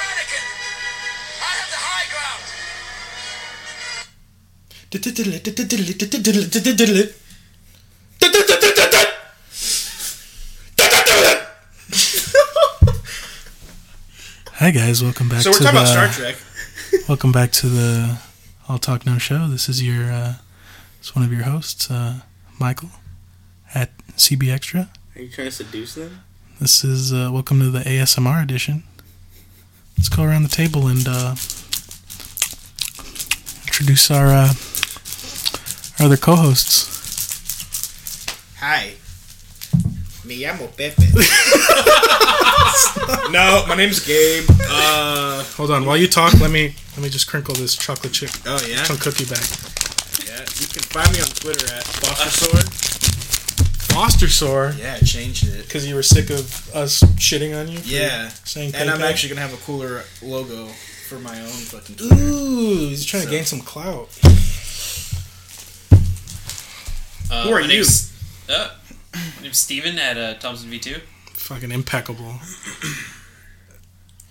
Uh, Hi guys, welcome back. So we're to talking the, about Star Trek. Welcome back to the All Talk No Show. This is your, uh, it's one of your hosts, uh, Michael, at CB Extra. Are you trying to seduce them? This is uh, welcome to the ASMR edition. Let's go around the table and uh, introduce our uh, our other co-hosts. Hi. Me llamo Pepe. No, my name's Gabe. Uh, Hold on, while you talk, let me let me just crinkle this chocolate chip oh yeah, chunk cookie back. yeah. You can find me on Twitter at Foster Sword. Foster sore Yeah, I changed it. because you were sick of us shitting on you. for Yeah, saying and I'm PayPal? actually gonna have a cooler logo for my own fucking. Twitter. Ooh, he's trying So- to gain some clout. Uh, Who are my you? Name's, uh, my name's Steven at uh, Thompson V2. Fucking impeccable.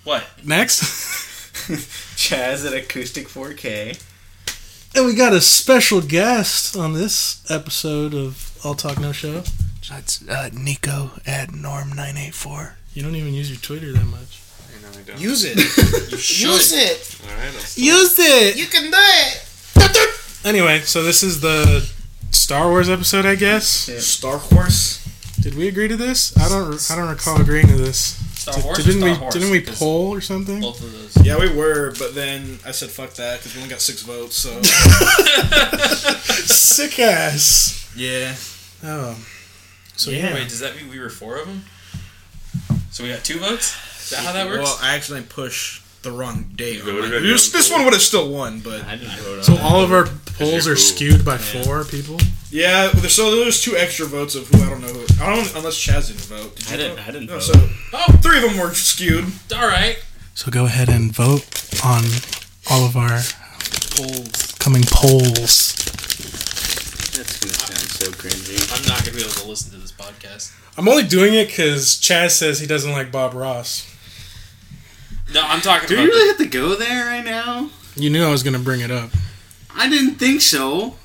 What? Next, Chaz at Acoustic 4K. and we got a special guest on this episode of All Talk No Show. That's uh, Nico at Norm984. You don't even use your Twitter that much. I know I don't. Use it. Use it! All right, I'll stop. Use it. You can do it. Anyway, so this is the Star Wars episode, I guess. Star Horse. Did we agree to this? I don't. I don't recall agreeing to this. Star Did- Wars didn't or Star we? Horse? Didn't we 'Cause poll or something? Both of those. Yeah, we were, but then I said fuck that because we only got six votes. So Sick ass. yeah, Oh, So Yeah. wait, does that mean we were four of them? So we got two votes? Is that how that works? Well, I actually pushed the wrong date. You on my- voted on This, your own this one poll. would have still won, but I didn't vote so all of our you're polls are cool. skewed by four people. yeah. but there's- So there's two extra votes of who I don't know. Who, I don't unless Chaz didn't vote. Did you I didn't- Vote? I didn't No, vote. so oh, three of them were skewed. alright. So go ahead and vote on all of our Polls. coming polls. That's gonna sound so cringy. I'm not going to be able to listen to this podcast. I'm only doing it because Chaz says he doesn't like Bob Ross. No, I'm talking Do about. you really have to go there right now? You knew I was gonna bring it up. I didn't think so.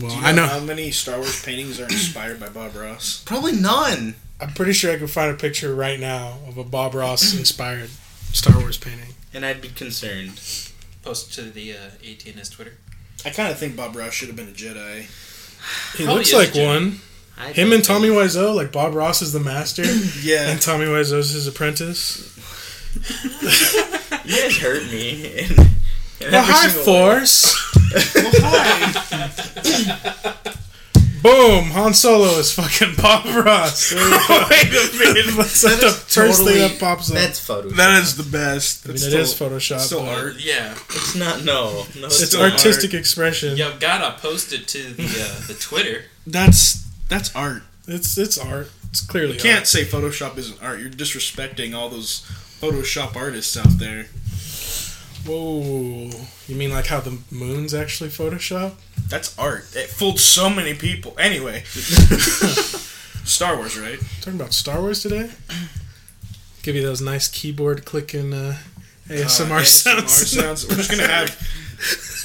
Well, Do you I know. how many Star Wars paintings are inspired by Bob Ross. Probably none. I'm pretty sure I could find a picture right now of a Bob Ross inspired Star Wars painting. And I'd be concerned. the- post to the uh, ATNS Twitter. I kind of think Bob Ross should have been a Jedi. He Probably looks is like a Jedi. one. I Him don't and Tommy think- Wiseau, like Bob Ross is the master Yeah, and Tommy Wiseau's his apprentice. You guys hurt me. in- in The every High single- Force. Boom! Han Solo is fucking Bob Ross. There you go. Wait a minute. That's the That is first thing totally- that pops up. That's photo. that is the best. I mean, That's it still- is Photoshop. still but art. Yeah. It's not no. No, It's, still artistic expression. you gotta post it to the uh, the Twitter. That's that's art. It's it's art. It's clearly You can't art. say Photoshop isn't art. You're disrespecting all those Photoshop artists out there. Whoa! You mean like how the moon's actually Photoshop? That's art. It fooled so many people. Anyway, Star Wars, right? Talking about Star Wars today. Give you those nice keyboard clicking uh, ASMR, Uh, sounds. ASMR sounds. We're just gonna have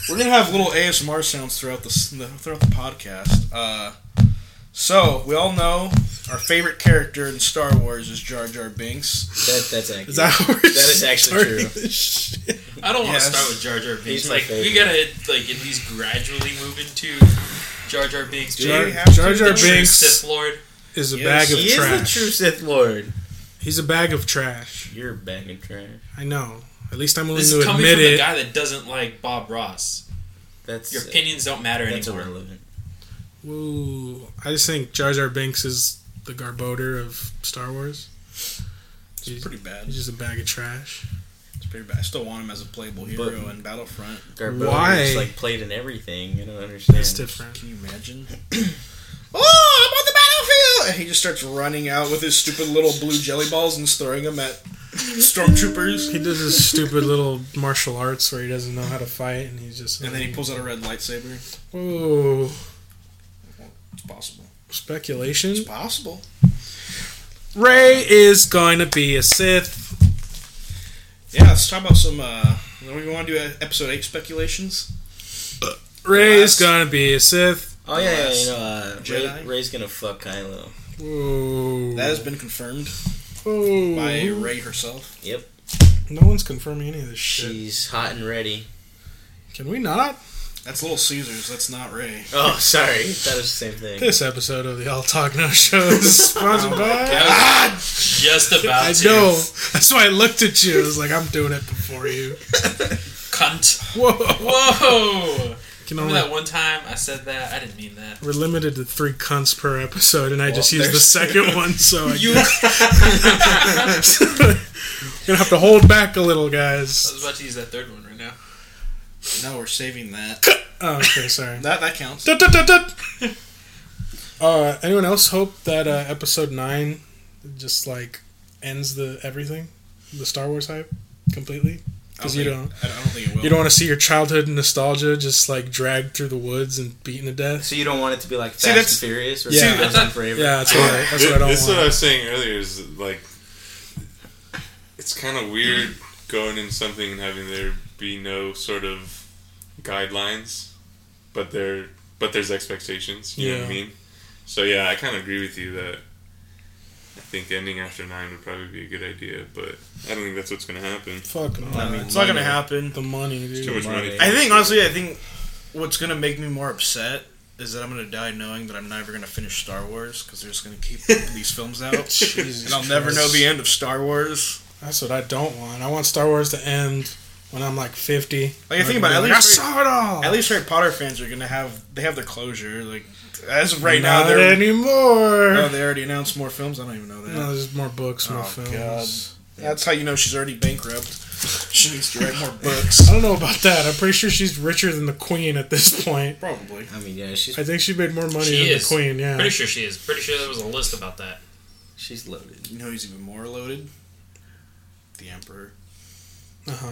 we're gonna have little ASMR sounds throughout the s- the- throughout the podcast. Uh, so we all know our favorite character in Star Wars is Jar Jar Binks. That, that's accurate. Is that how we're That is actually starting true. this shit? I don't want to Yes. start with Jar Jar Binks. He's my Like we favorite. gotta like at least gradually move into Jar Jar Binks. Do being you have Jar to? Jar the true Binks. Sith Lord. Is a Yes. bag of he is the trash. true Sith Lord. He's a bag of trash. You're a bag of trash. I know. At least I'm willing This to is coming admit from the it. guy that doesn't like Bob Ross. That's uh, Your opinions don't matter That's anymore. irrelevant. Whoa! I just think Jar Jar Binks is the Garboder of Star Wars. It's He's, pretty bad. he's just a bag of trash. It's pretty bad. I still want him as a playable hero in Battlefront. Garbo Why? Why? like played in everything. I don't understand. That's different. Can you imagine? oh, I'm on the battlefield! And he just starts running out with his stupid little blue jelly balls and throwing them at stormtroopers. He does his stupid little martial arts where he doesn't know how to fight, and he's just And then he pulls out a red lightsaber. Whoa! It's possible. Speculation. It's possible. Ray is going to be a Sith. Yeah, let's talk about some. uh We want to do uh, episode eight speculations. Ray's Last- gonna be a Sith. Oh yeah, yeah, you know, uh, Ray, Jedi? Ray's gonna fuck Kylo. Whoa. That has been confirmed Whoa. by Ray herself. Yep, No one's confirming any of this shit. she's hot and ready. Can we not? That's Little Caesars. That's not Ray. Oh, sorry, that was the same thing. This episode of the All Talk No Show is sponsored by. Yeah, I was just about Ah! I to. know. That's why I looked at you. I was like, I'm doing it before you. Cunt. Whoa. Whoa! Can Remember only, that one time I said that? I didn't mean that. we're limited to three cunts per episode, and I just Well, used the there's- second one, so I Gonna have to hold back a little, I guys. was about to use that third one right now. No, we're saving that. Oh, okay, sorry. That that counts. Dut, dut, dut, dut. Uh, anyone else hope that uh, episode nine just like ends the everything, the Star Wars hype completely? Because you I don't, I don't think it will. you don't want to see your childhood nostalgia just like dragged through the woods and beaten to death. So you don't want it to be like Fast See, that's- and Furious or Yeah. Fast See, and Forever? Yeah, that's what I, that's what I don't this uh, is what I want. was saying earlier. Is like, it's kind of weird going in something and having there be no sort of guidelines, but there, but there's expectations. You know what Yeah. I mean? So yeah, I kind of agree with you that I think ending after nine would probably be a good idea, but I don't think that's what's going to happen. Fuck no. I mean, it's not gonna happen. the money, It's too dude. much money. I think honestly, I think what's gonna make me more upset is that I'm gonna die knowing that I'm never gonna finish Star Wars because they're just gonna keep these films out, Jesus and I'll never know Christ. the end of Star Wars. That's what I don't want. I want Star Wars to end when I'm like 50. Like I Like, think about it, at like, least I saw it all. At least Harry Potter fans are gonna have they have their closure. Like as of right now, Not they're anymore. oh, they already announced more films. I don't even know that. No, there's more books, more Oh, films. That's how you know she's already bankrupt. She needs to write more books. I don't know about that. I'm pretty sure she's richer than the Queen at this point. Probably. I mean, yeah, she's I think she made more money She than is. the Queen. Yeah. Pretty sure she is. Pretty sure there was a list about that. she's loaded. You know he's even more loaded? The Emperor. Uh-huh.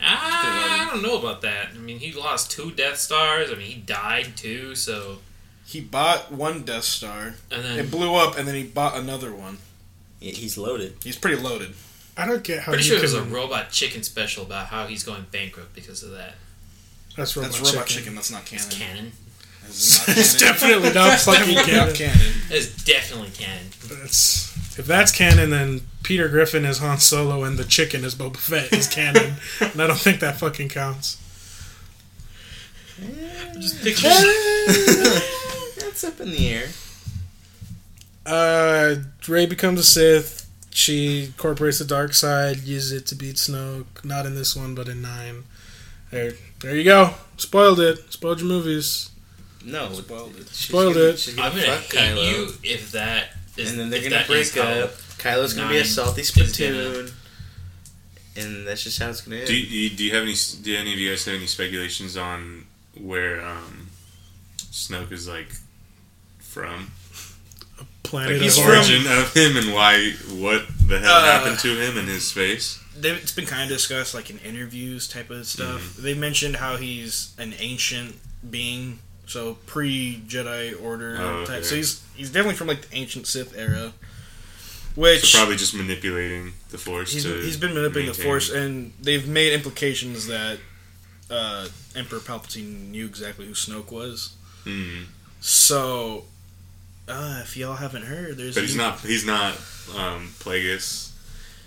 Ah, I don't know about that. I mean, he lost two Death Stars. I mean, he died too. So He bought one Death Star. and then Mm. It blew up, and then he bought another one. Yeah, he's loaded. He's pretty loaded. I don't get how pretty you sure can. there's a robot chicken special about how he's going bankrupt because of that. that's robot That's Robot Chicken. chicken. That's not canon. It's canon. That's not it's canon. definitely not fucking Definitely not canon. canon. It's definitely canon. That's, if that's canon, then Peter Griffin is Han Solo and the chicken is Boba Fett is canon, and I don't think that fucking counts. Just picture That's up in the air. Uh, Ray becomes a Sith. She incorporates the dark side, uses it to beat Snoke. Not in this one, but in nine. There, there you go. Spoiled it. Spoiled your movies. No, Spoiled it. she's Spoiled gonna- it. She's I'm gonna gonna fuck hate Kylo, you if that is. and then they're if gonna that is break how- up. Kylo's gonna be a nine salty is gonna- spittoon, and that's just how it's gonna end. Do you, do you have any? Do any of you guys have any speculations on where um, Snoke is like from? Planet Like of the Origin. origin of him and why, what the hell Uh, happened to him and his face. They- It's been kind of discussed, like in interviews type of stuff. They mentioned how he's an ancient being, so pre Jedi Order Oh, type. okay. So he's he's definitely from like the ancient Sith era, which So probably just manipulating the Force he's, to. he's been manipulating the maintain- force and they've made implications that uh, emperor palpatine knew exactly who snoke was Mm. so uh, if y'all haven't heard there's But he's not. He's not um, Plagueis.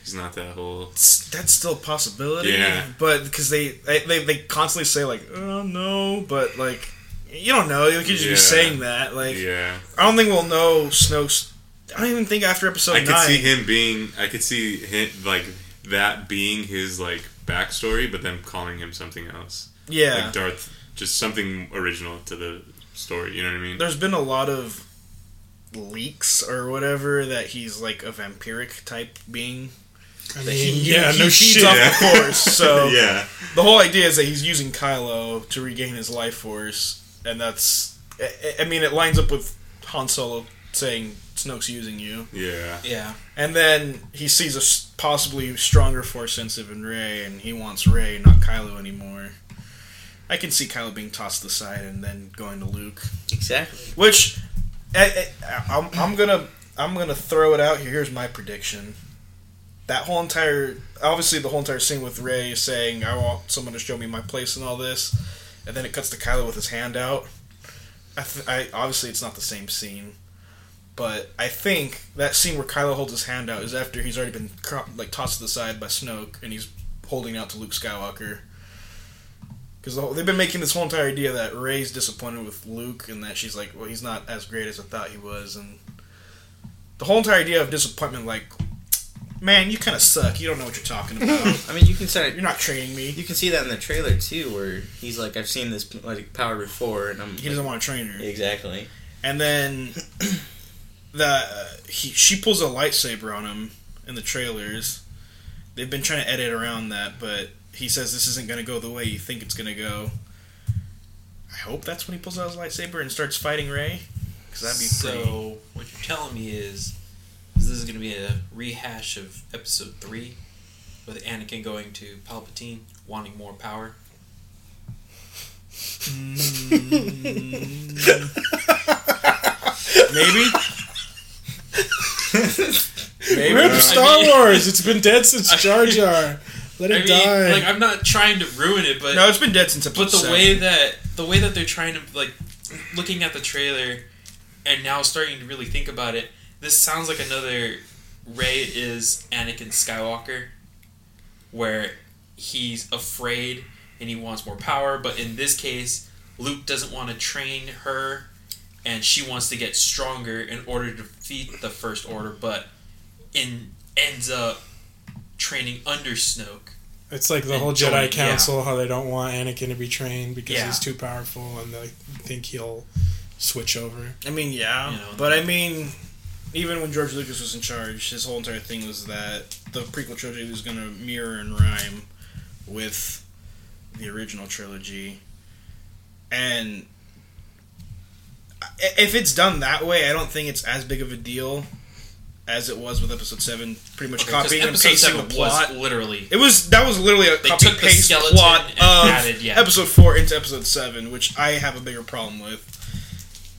He's not that whole. It's- that's still a possibility Yeah. but because they, they they they constantly say like oh no but like you don't know you could just be Yeah. saying that like Yeah, i don't think we'll know snoke's i don't even think after episode I could 9 see him being. I could see him like that being his like backstory, but then calling him something else. yeah Like Darth, just something original to the story. You know what I mean? there's been a lot of leaks or whatever that he's like a vampiric type being. I That mean, he, yeah, he no feeds shit. off Yeah. the force. So yeah, the whole idea is that he's using Kylo to regain his life force, and that's. I- I mean, it lines up with Han Solo saying Snoke's using you, yeah. Yeah. and then he sees a s- possibly stronger force sensitive in Rey, and he wants Rey, not Kylo anymore. I can see Kylo being tossed aside and then going to Luke. exactly. Which I, I, I'm, I'm gonna I'm gonna throw it out here. Here's my prediction. That whole entire obviously the whole entire scene with Ray saying I want someone to show me my place and all this and then it cuts to Kylo with his hand out. I, th- I obviously it's not the same scene, but I think that scene where Kylo holds his hand out is after he's already been cro- like tossed to the side by Snoke, and he's holding out to Luke Skywalker. Because the whole- they've been making this whole entire idea that Ray's disappointed with Luke, and that she's like, well, he's not as great as I thought he was, and the whole entire idea of disappointment, like, man, you kind of suck. You don't know what you're talking about. I mean, you can start. You're not training me. You can see that in the trailer too, where he's like, "I've seen this like power before," and I'm He doesn't want to train her. exactly. And then the he, she pulls a lightsaber on him in the trailers. They've been trying to edit around that, but he says this isn't going to go the way you think it's going to go. I hope that's when he pulls out his lightsaber and starts fighting Ray, because that'd be pretty. so. What you're telling me is, is this is going to be a rehash of Episode Three, with Anakin going to Palpatine, wanting more power. Maybe. Maybe. Rip Star I mean- Wars. It's been dead since Jar Jar. Let I it mean, die. like I'm not trying to ruin it, but No, it's been dead since but episode. the seven. way that the way that they're trying to like looking at the trailer and now starting to really think about it, this sounds like another Ray is Anakin Skywalker, where he's afraid and he wants more power, but in this case, Luke doesn't want to train her, and she wants to get stronger in order to defeat the First Order, but in ends up training under Snoke. It's like the And whole join- Jedi yeah. Council, how they don't want Anakin to be trained because Yeah. he's too powerful, and they think he'll switch over. I mean, yeah, You know. but I mean, even when George Lucas was in charge, his whole entire thing was that the prequel trilogy was going to mirror and rhyme with the original trilogy, and i- if it's done that way, I don't think it's as big of a deal as it was with Episode Seven. Pretty much Because copying and episode pasting seven the was plot. literally It was that was literally a They copy took the paste skeleton plot and of added, yeah. episode four into episode seven, which I have a bigger problem with.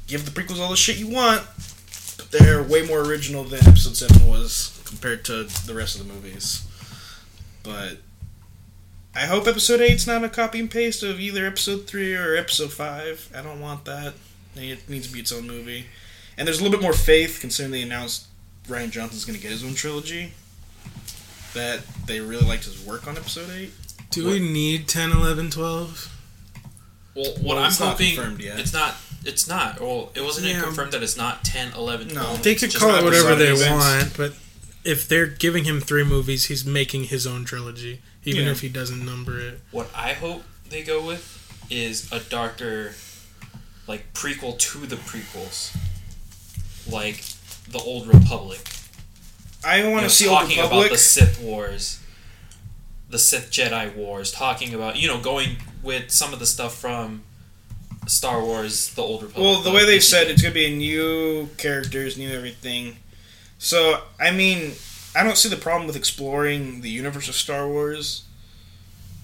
Give the prequels all the shit you want, but they're way more original than episode seven was compared to the rest of the movies. But I hope episode eight's not a copy and paste of either episode three or episode five. I don't want that. I think It needs to be its own movie. And there's a little bit more faith considering they announced Ryan Johnson's going to get his own trilogy. That they really liked his work on episode eight. Do we need 10, 11, 12? Well, what Well, I'm it's not hoping confirmed yet. it's not. It's not. Well, it wasn't Yeah. confirmed that it's not 10, 11, No, 12. They could Just call it not whatever design they events. want, but if they're giving him three movies, he's making his own trilogy, even Yeah. if he doesn't number it. What I hope they go with is a darker, like prequel to the prequels, like the Old Republic. I want You know, to see Old talking about Republic. the Sith Wars, the Sith Jedi Wars. Talking about you know going with some of the stuff from Star Wars, the Old Republic. Well, the way they like, said it's gonna be new characters, new everything. So I mean, I don't see the problem with exploring the universe of Star Wars,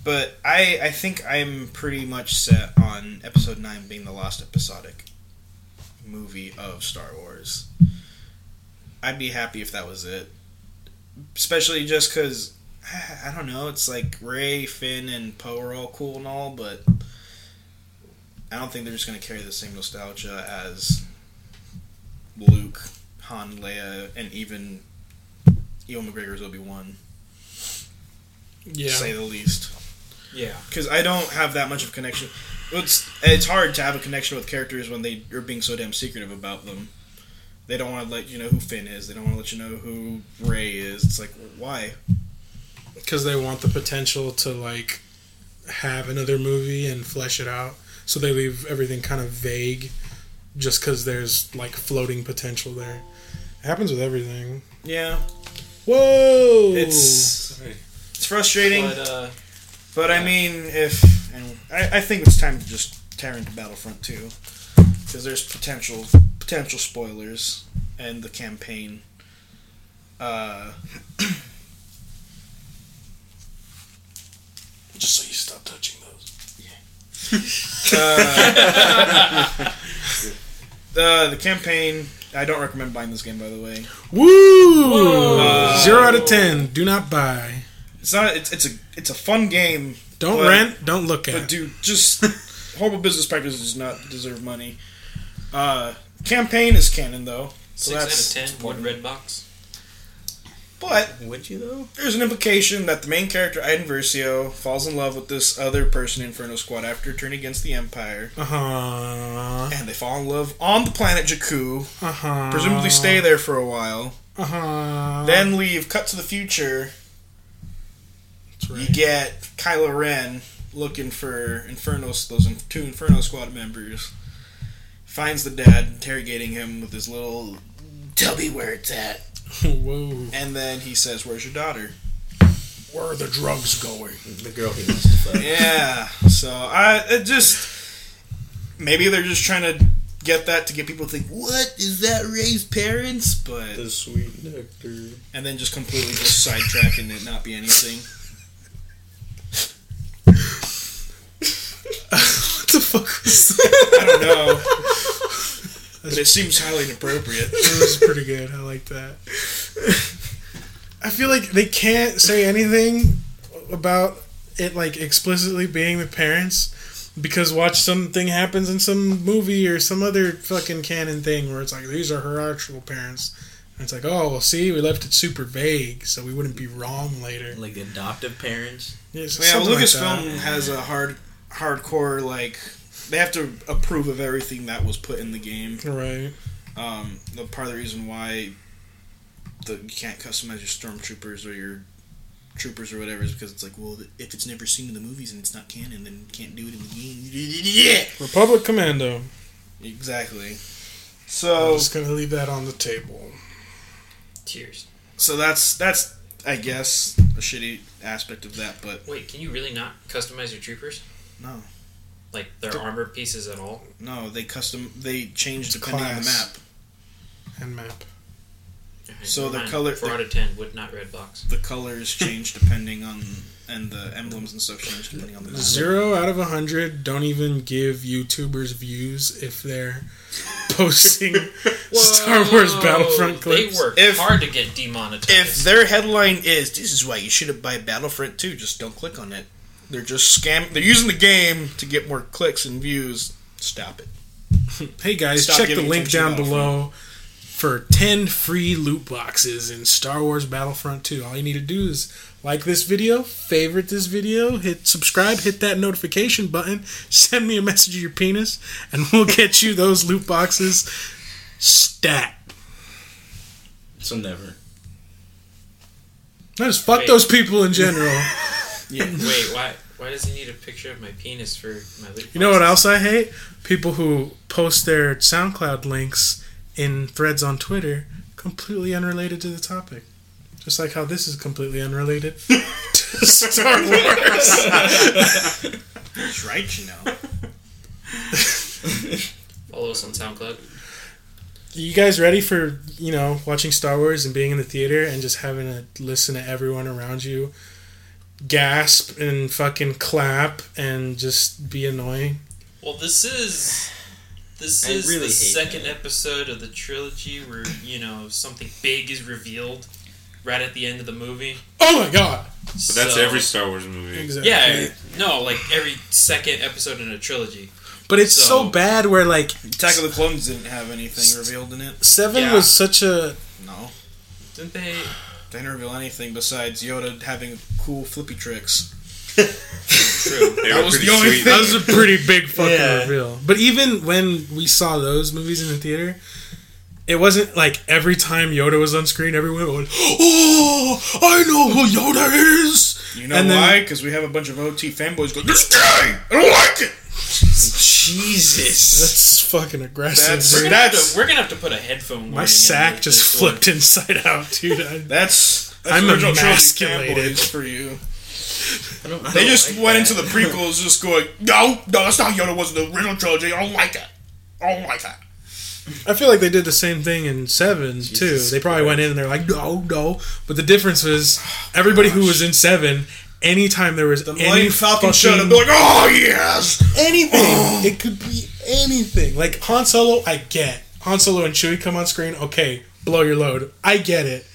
but I I think I'm pretty much set on Episode Nine being the last episodic movie of Star Wars. I'd be happy if that was it, especially just because. I don't know. It's like Ray, Finn, and Poe are all cool and all, but I don't think they're just going to carry the same nostalgia as Luke, Han, Leia, and even Ewan McGregor's Obi Wan, Yeah. to say the least. yeah. Because I don't have that much of a connection. It's it's hard to have a connection with characters when they are being so damn secretive about them. They don't want to let you know who Finn is. They don't want to let you know who Ray is. It's like why? because they want the potential to like have another movie and flesh it out. So they leave everything kind of vague, just because there's like floating potential there. It happens with everything. Yeah, Whoa! it's it's frustrating. But uh, But I mean, if and I, I think it's time to just tear into Battlefront 2 because there's potential potential spoilers and the campaign. Uh, Just so you stop touching those. uh, the campaign. I don't recommend buying this game, by the way. woo. Zero out of ten. Do not buy. It's not. It's, it's a it's a fun game, Don't But- rent. Don't look but at. dude, just horrible business practices does not deserve money. Uh, campaign is canon though, so Six that's out of ten. One red box. but Would you though? there's an implication that the main character Iden Versio falls in love with this other person in Inferno Squad after turning against the Empire, Uh huh. and they fall in love on the planet Jakku, Uh huh. presumably stay there for a while, Uh huh. then leave. Cut to the future. You get Kylo Ren looking for Infernos, those in- two Inferno Squad members. Finds the dad interrogating him with his little "Tell me where it's at," Whoa. and then he says, "Where's your daughter?" Where are the drugs going? The girl he wants to fuck. Yeah. So I it just maybe they're just trying to get that to get people to think, "What is that Ray's parents?" But sweet nectar. and then just completely just sidetracking it, not be anything. What the fuck was that? I don't know. But it seems highly inappropriate. It was pretty good. I like that. I feel like they can't say anything about it like explicitly being the parents because watch something happens in some movie or some other fucking canon thing where it's like these are her actual parents. And it's like, oh well see, we left it super vague so we wouldn't be wrong later. Like the adoptive parents. Yeah, Yeah, something like Lucasfilm that. has a hard, hardcore like they have to approve of everything that was put in the game. Right. Um, the part of the reason why the, you can't customize your stormtroopers or your troopers or whatever is because it's like, well, if it's never seen in the movies and it's not canon, then you can't do it in the game. Yeah, Republic Commando. exactly. I'm So, just gonna leave that on the table. Tears. so that's that's I guess a shitty aspect of that, but Wait, can you really not customize your troopers? No. Like their armor pieces at all? no, they custom they change depending on the class. map. And map. Alright, So never the mind. color- Four the- out of ten. Would not red box. the colors change depending on and the emblems and stuff change depending on the map. Zero out of a hundred don't even give YouTubers views if they're posting Star Wars Battlefront clips. They work If- hard to get demonetized. If their headline is "This is why you shouldn't buy Battlefront 2," just don't click on it. They're just scam. They're using the game to get more clicks and views. Stop it. Hey guys, Stop check the giving link attention down to below for 10 free loot boxes in Star Wars Battlefront 2. All you need to do is like this video, favorite this video, hit subscribe, hit that notification button, send me a message of your penis, and we'll get you those loot boxes stat. So never. Just fuck Wait. those people in general. Wait, why? Why does he need a picture of my penis for my loot? You know what else I hate? People who post their SoundCloud links in threads on Twitter completely unrelated to the topic. Just like how this is completely unrelated to Star Wars. That's right, you know. Follow us on SoundCloud. you guys ready for, you know, watching Star Wars and being in the theater and just having to listen to everyone around you gasp and fucking clap and just be annoying? Well, this is this I is really the hate second episode of the trilogy where you know something big is revealed right at the end of the movie. Oh my god! But that's every Star Wars movie. Exactly. Yeah, no, like every second episode in a trilogy. But it's so So- bad where like Attack of the Clones didn't have anything revealed in it. 7 Yeah. was such a No, Didn't they? they didn't reveal anything besides Yoda having cool flippy tricks. True. They were was pretty the only sweet. thing- That was a pretty big fucking Yeah. reveal. But even when we saw those movies in the theater, it wasn't like every time Yoda was on screen, everyone went, "Oh, I know who Yoda is." You know And then- why? Because we have a bunch of OT fanboys going, "This guy, I don't like it." Jesus. That's fucking aggressive. That's- dude. We're gonna, have to, That's- we're gonna have to put a headphone. My warning in sack with just this one. flipped inside out, dude. I, That's, that's I'm original trilogy emasculated. fanboys for you. I don't, I They don't just like went that. into the prequels just going, no, no, that's not Yoda was in the original trilogy. I don't like that. I don't like that. I feel like they did the same thing in Seven too. They probably went in and they're like, "No, no," but the difference was everybody who was in Seven. Anytime there was The any Millennium Falcon fucking- showed up, they're like, oh, yes. anything. it could be anything. Like Han Solo, I get. Han Solo and Chewie come on screen, okay, blow your load. I get it.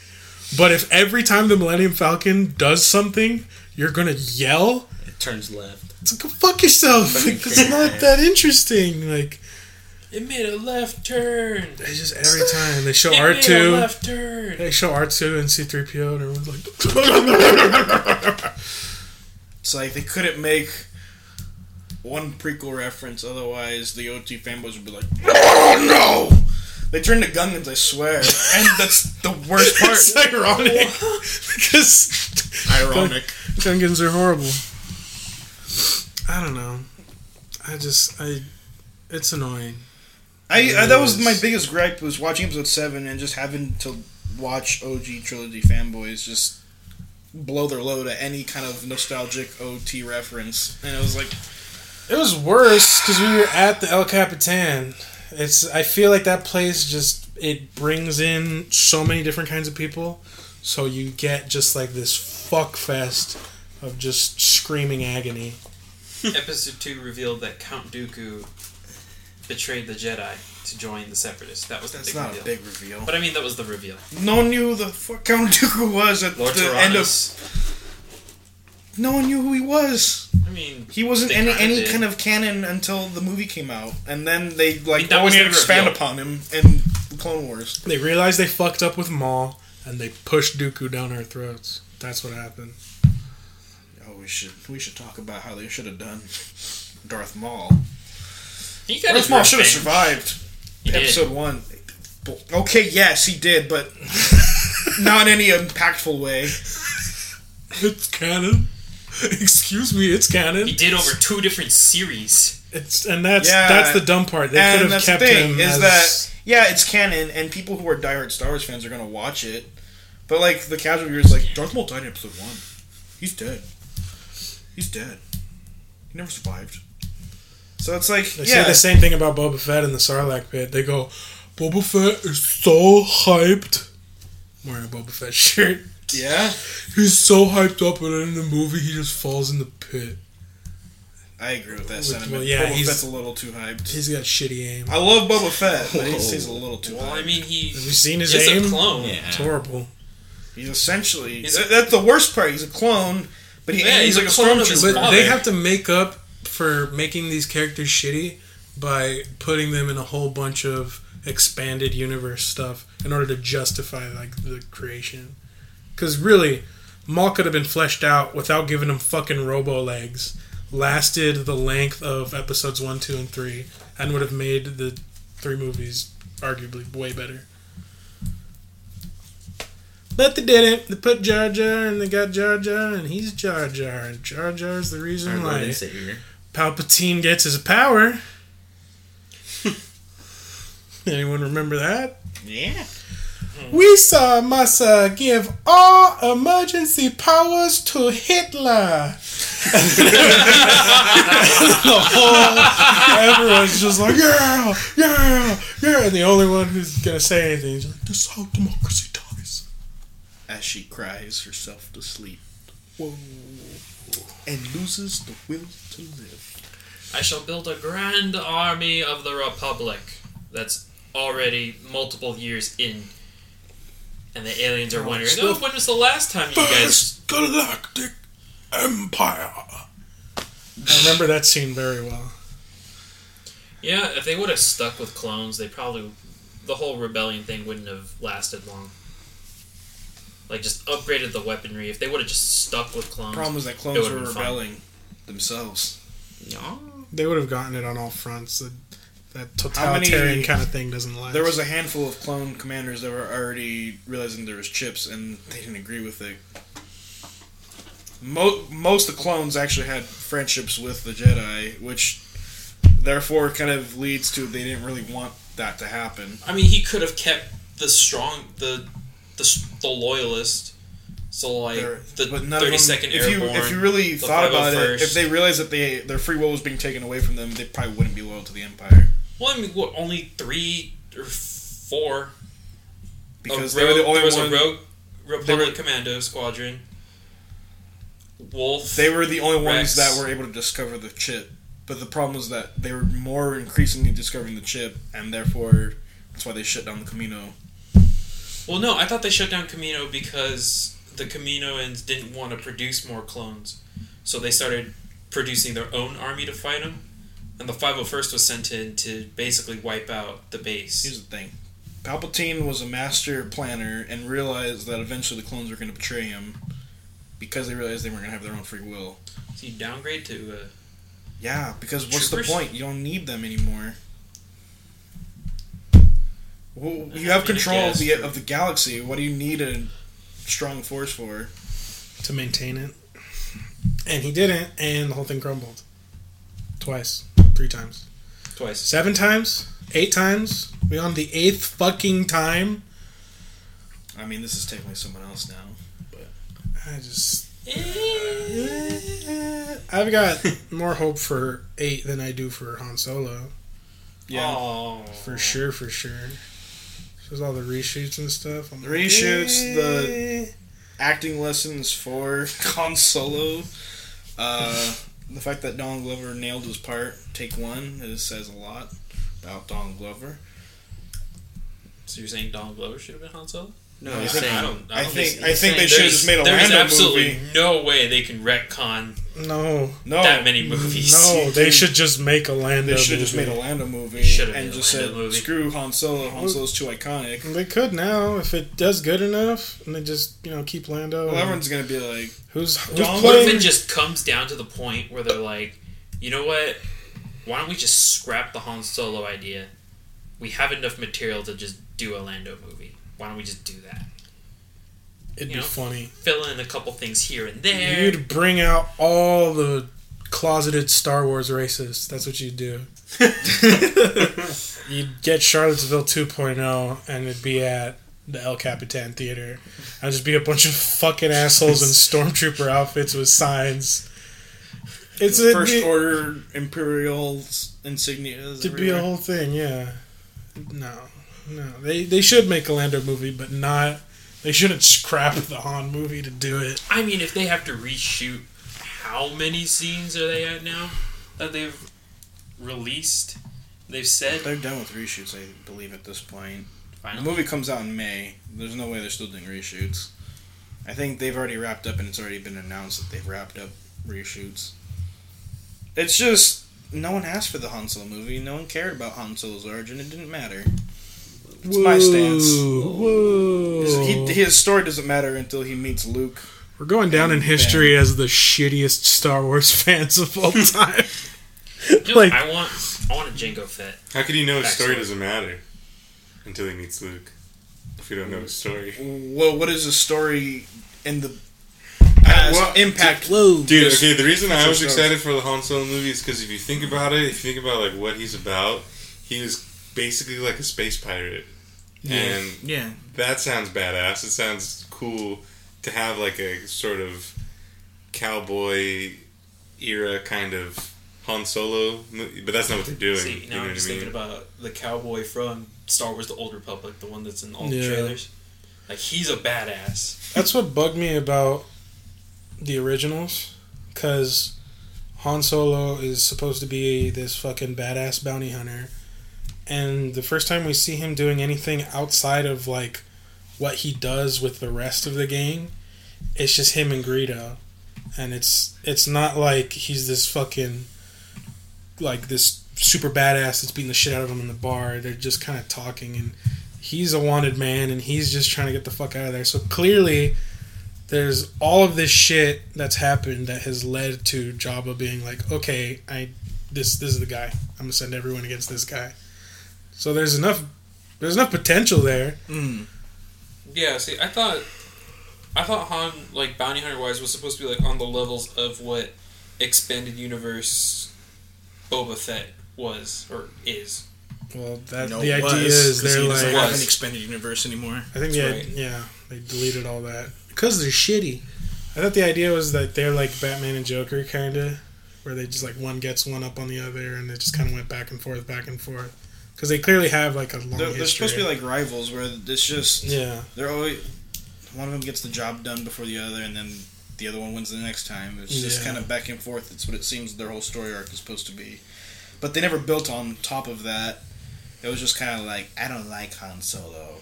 But if every time the Millennium Falcon does something, you're gonna yell, turns left. It's like, go fuck yourself. Like, it's not that interesting. Like, It made a left turn. it's just every time they show It R made a two, left turn. they show R two and C three PO, and everyone's like, It's like they couldn't make one prequel reference, otherwise the OT fanboys would be like, "No, no!" They turned to Gungans, I swear, and that's the worst part. it's ironic because Ironic. Gungans are horrible. I don't know. I just I, it's annoying. I, I that was my biggest gripe was watching episode seven and just having to watch OG trilogy fanboys just blow their load at any kind of nostalgic OT reference, and it was like, It was worse because we were at the El Capitan. It's I feel like that place just it brings in so many different kinds of people, so you get just like this fuck fest of just screaming agony. Episode two revealed that Count Dooku betrayed the Jedi to join the Separatists. That was the that's big not reveal. a big reveal. But I mean, that was the reveal. No one knew who the fuck Count Dooku was at Lord the end of. Tyrannus. No one knew who he was. I mean, He wasn't They in kinda any did. kind of canon until the movie came out, and then they like that was only the expand reveal. upon him in the Clone Wars. They realized they fucked up with Maul and they pushed Dooku down our throats. That's what happened. Oh, we should we should talk about how they should have done Darth Maul. he got Darth his Maul should have revenge. survived He did. Episode One. Okay, yes, he did, but not in any impactful way. It's canon. Excuse me, it's canon. He did over two different series. It's and that's Yeah. that's the dumb part. They could and have that's the kept thing him is as that yeah, it's canon, and people who are diehard Star Wars fans are gonna watch it. But like the casual viewer is like, Darth Maul died in Episode One. He's dead. He's dead. He never survived. So it's like They yeah, say the same thing about Boba Fett in the Sarlacc pit. They go, Boba Fett is so hyped. I'm wearing a Boba Fett shirt. yeah. He's so hyped up, and in the movie, he just falls in the pit. I agree with that With- sentiment. well, yeah, Boba he's- Fett's a little too hyped. He's got shitty aim. I love Boba Fett, but he's, he's a little too Well, hyped. I mean, he Have you seen his is aim? a clone. It's Yeah. horrible. He's essentially He's- that- that's the worst part. He's a clone, but he, Yeah, he's, he's a like a clone of his stormtrooper. But father. they have to make up for making these characters shitty by putting them in a whole bunch of expanded universe stuff in order to justify like the creation. Because really, Maul could have been fleshed out without giving him fucking robo legs. Lasted the length of episodes one, two, and three, and would have made the three movies arguably way better. But they didn't. They put Jar Jar, and they got Jar Jar, and he's Jar Jar, and Jar Jar's the Our reason Lord why and Savior. Palpatine gets his power. Anyone remember that? Yeah. We saw Massa give all emergency powers to Hitler. the whole everyone's just like yeah, yeah, yeah, and the only one who's gonna say anything is like, "This is how democracy dies." as she cries herself to sleep. And loses the will to live. I shall build a grand army of the Republic that's already multiple years in. And the aliens are wondering, still- oh, when was the last time you guys. First Galactic Empire. I remember that scene very well. Yeah, if they would have stuck with clones, they probably. The whole rebellion thing wouldn't have lasted long. Like, just upgraded the weaponry. If they would have just stuck with clones. Problem is that It clones would've were been fun. rebelling themselves. They would have gotten it on all fronts. That, that How many- totalitarian kind of thing doesn't last. There was a handful of clone commanders that were already realizing there was chips, and they didn't agree with it. Mo- most of the clones actually had friendships with the Jedi, which therefore kind of leads to they didn't really want that to happen. I mean, he could have kept the strong, the the, s- the loyalist. So like They're- the but none of thirty them- second If you airborne. if you really the thought about it, 501st. if they realized that they their free will was being taken away from them, they probably wouldn't be loyal to the Empire well, I mean, what, only three or four. because a they were the rogue- only there was one. a rogue Republic were- Commando Squadron. Wolf. They were the only ones Rex. that were able to discover the chip. But the problem was that they were more increasingly discovering the chip, and therefore that's why they shut down the Camino. well, no, I thought they shut down Camino because the Caminoans didn't want to produce more clones, so they started producing their own army to fight him, and the 501st was sent in to basically wipe out the base. Here's the thing. Palpatine was a master planner and realized that eventually the clones were going to betray him because they realized they weren't going to have their own free will. So you downgrade to uh, Yeah, because what's Troopers? the point? You don't need them anymore. Well, you I have mean, I control of guess, the but- of the galaxy. What do you need a strong force for? to maintain it. And he didn't, and the whole thing crumbled. Twice. Three times. twice. Seven times? Eight times? We on the eighth fucking time? I mean, this is technically someone else now. I just. Eh. I've got more hope for eight than I do for Han Solo. Yeah. Aw. For sure, for sure. There's all the reshoots and stuff. I'm The reshoots, the- Acting lessons for Han Solo. Uh, the fact that Don Glover nailed his part, take one, it says a lot about Don Glover. So you're saying Don Glover should have been Han Solo? No, I I'm think- I saying don't. I, I don't think he's- I think they he's should have there's, just made a there's Lando absolutely movie. no way they can retcon No, No, that many movies. no, they should just make a Lando. They should have just made movie. a Lando movie It should've and been a just Lando said, movie. "Screw Han Solo. Han Solo's too iconic." They could now if it does good enough, and they just you know keep Lando. Well, and everyone's gonna be like, who's who's Don't- What if playing? it just comes down to the point where they're like, you know what? Why don't we just scrap the Han Solo idea? We have enough material to just do a Lando movie. Why don't we just do that? It'd you be know? funny. Fill in a couple things here and there. You'd bring out all the closeted Star Wars racists. That's what you'd do. you'd get Charlottesville 2.0, and it'd be at the El Capitan Theater. I'd just be a bunch of fucking assholes in stormtrooper outfits with signs. It's the a, First it'd be- Order Imperial s- insignias." to be a whole thing, yeah. No, no, they they should make a Lando movie, but not. They shouldn't scrap the Han movie to do it. I mean, if they have to reshoot, how many scenes are they at now that they've released? They've said They're done with reshoots, I believe, at this point. The finally. movie comes out in May. There's no way they're still doing reshoots. I think they've already wrapped up, and it's already been announced that they've wrapped up reshoots. It's just no one asked for the Han Solo movie. No one cared about Han Solo's origin. It didn't matter. It's my stance. Whoa. His, he, his story doesn't matter until he meets Luke. We're going down in Ben. history as the shittiest Star Wars fans of all time. No, like- I want, I want a Jango Fett. How could you know his story Backstory. doesn't matter until he meets Luke? If you don't Mm. know his story, Well, what is his story in the past well, impact? Whoa. dude. Yes. Okay, the reason I That's was our story. excited for the Han Solo movie is because if you think about it, if you think about like what he's about, he was basically like a space pirate, and yeah, that sounds badass. It sounds cool to have like a sort of cowboy era kind of Han Solo, movie, but that's not what they're doing. See, you know now I'm what just I mean? thinking about the cowboy from Star Wars: The Old Republic, the one that's in all the Yeah. trailers. Like he's a badass. That's what bugged me about the originals, because Han Solo is supposed to be this fucking badass bounty hunter, and the first time we see him doing anything outside of like what he does with the rest of the gang, it's just him and Greedo, and it's it's not like he's this fucking like this super badass that's beating the shit out of him in the bar. They're just kind of talking and he's a wanted man and he's just trying to get the fuck out of there. So clearly, there's all of this shit that's happened that has led to Jabba being like, okay, I this this is the guy. I'm gonna send everyone against this guy. So there's enough there's enough potential there. Hmm. Yeah. See, I thought, I thought Han, like bounty hunter wise, was supposed to be like on the levels of what expanded universe Boba Fett was or is. Well, that No, the it idea was, 'cause is they're he doesn't like, want- have an expanded universe anymore. I think yeah, That's right. yeah, they deleted all that because they're shitty. I thought the idea was that they're like Batman and Joker, kind of, where they just like one gets one up on the other, and it just kind of went back and forth, back and forth, because they clearly have like a long They're, history. they're supposed to be like rivals, where it's just yeah, they're always one of them gets the job done before the other, and then the other one wins the next time. It's just Yeah. kind of back and forth. It's what it seems their whole story arc is supposed to be, but they never built on top of that. It was just kind of like I don't like Han Solo.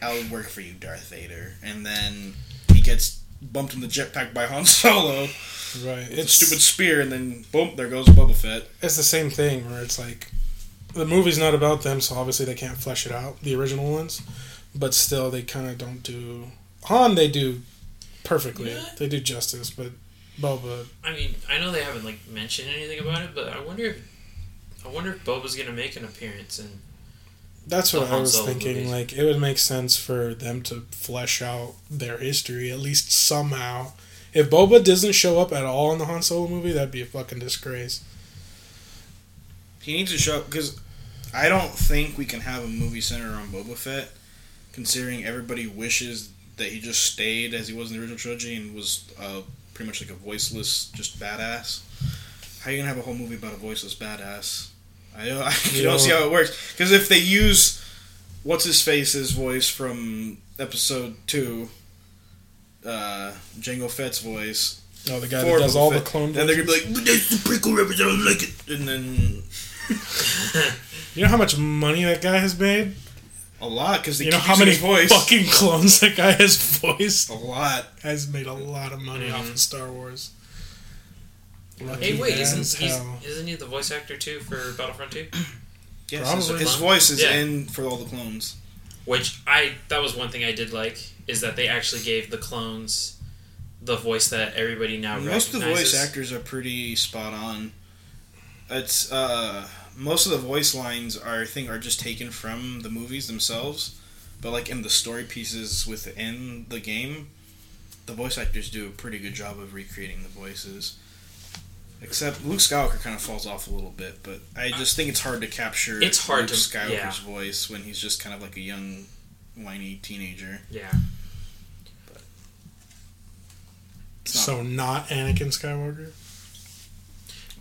I'll work for you, Darth Vader, and then he gets bumped in the jetpack by Han Solo. Right. It's stupid spear, and then boom, there goes Boba Fett. It's the same thing where it's like the movie's not about them, so obviously they can't flesh it out, the original ones. But still, they kind of don't do. Han, they do perfectly. Yeah. They do justice, but Boba. I mean, I know they haven't like mentioned anything about it, but I wonder if I wonder if Boba's gonna make an appearance and That's what The I Han was Solo thinking. movies. Like, it would make sense for them to flesh out their history, at least somehow. If Boba doesn't show up at all in the Han Solo movie, that'd be a fucking disgrace. He needs to show up because I don't think we can have a movie centered on Boba Fett, considering everybody wishes that he just stayed as he was in the original trilogy and was uh, pretty much like a voiceless, just badass. How you gonna have a whole movie about a voiceless badass? I don't, I Yeah. don't see how it works because if they use what's his face's voice from episode two, uh, Jango Fett's voice, No, the guy for that does Boba all Fett, the clone. then they're gonna versions. be like, "But that's the prequel reference. I don't like it," and then You know how much money that guy has made? A lot because they You know keep how many using his voice. fucking clones that guy has voiced? a lot. has made a lot of money off Mm-hmm. of Star Wars. hey, Lucky wait, as isn't he's, hell. isn't he the voice actor too for Battlefront Two? Yes, Probably. his, his voice is Yeah. in for all the clones. Which I that was one thing I did like is that they actually gave the clones the voice that everybody now Most of the recognizes. voice actors are pretty spot on. It's uh, most of the voice lines are I think are just taken from the movies themselves, but like in the story pieces within the game, the voice actors do a pretty good job of recreating the voices. Except Luke Skywalker kind of falls off a little bit, but I just think it's hard to capture Uh, It's hard Luke to- Skywalker's yeah. voice when he's just kind of like a young, whiny teenager. Yeah. so not Anakin Skywalker.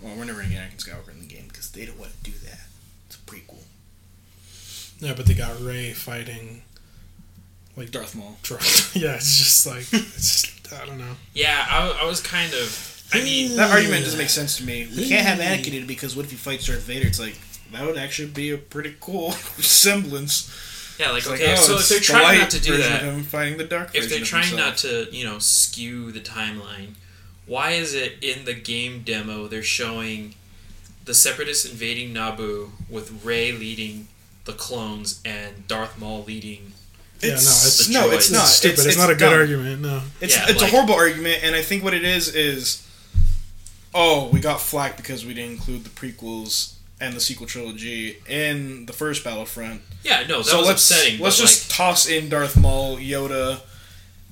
Well, we're never gonna get Anakin Skywalker in the game because they don't want to do that. It's a prequel. Yeah, but they got Ray fighting. Like Darth Maul. Dark. Yeah, it's just like it's just, I don't know. Yeah, I, I was kind of. Hmm. I mean, That argument doesn't make sense to me. We can't have Anakin in it because what if he fights Darth Vader? It's like that would actually be a pretty cool semblance. yeah, like It's okay, oh, so if it's they're the trying light not to do version that, of him fighting the dark. if they're trying not to, you know, skew the timeline, why is it in the game demo they're showing the Separatists invading Naboo with Rey leading the clones and Darth Maul leading? Yeah, no, it's, it's no, the it's droids. not. it's stupid. It's, not a good dumb. argument. No, It's, Yeah, it's like- a horrible argument, and I think what it is is, oh, we got flack because we didn't include the prequels and the sequel trilogy in the first Battlefront. Yeah, no, that so was let's upsetting. let's but, just toss in Darth Maul, Yoda,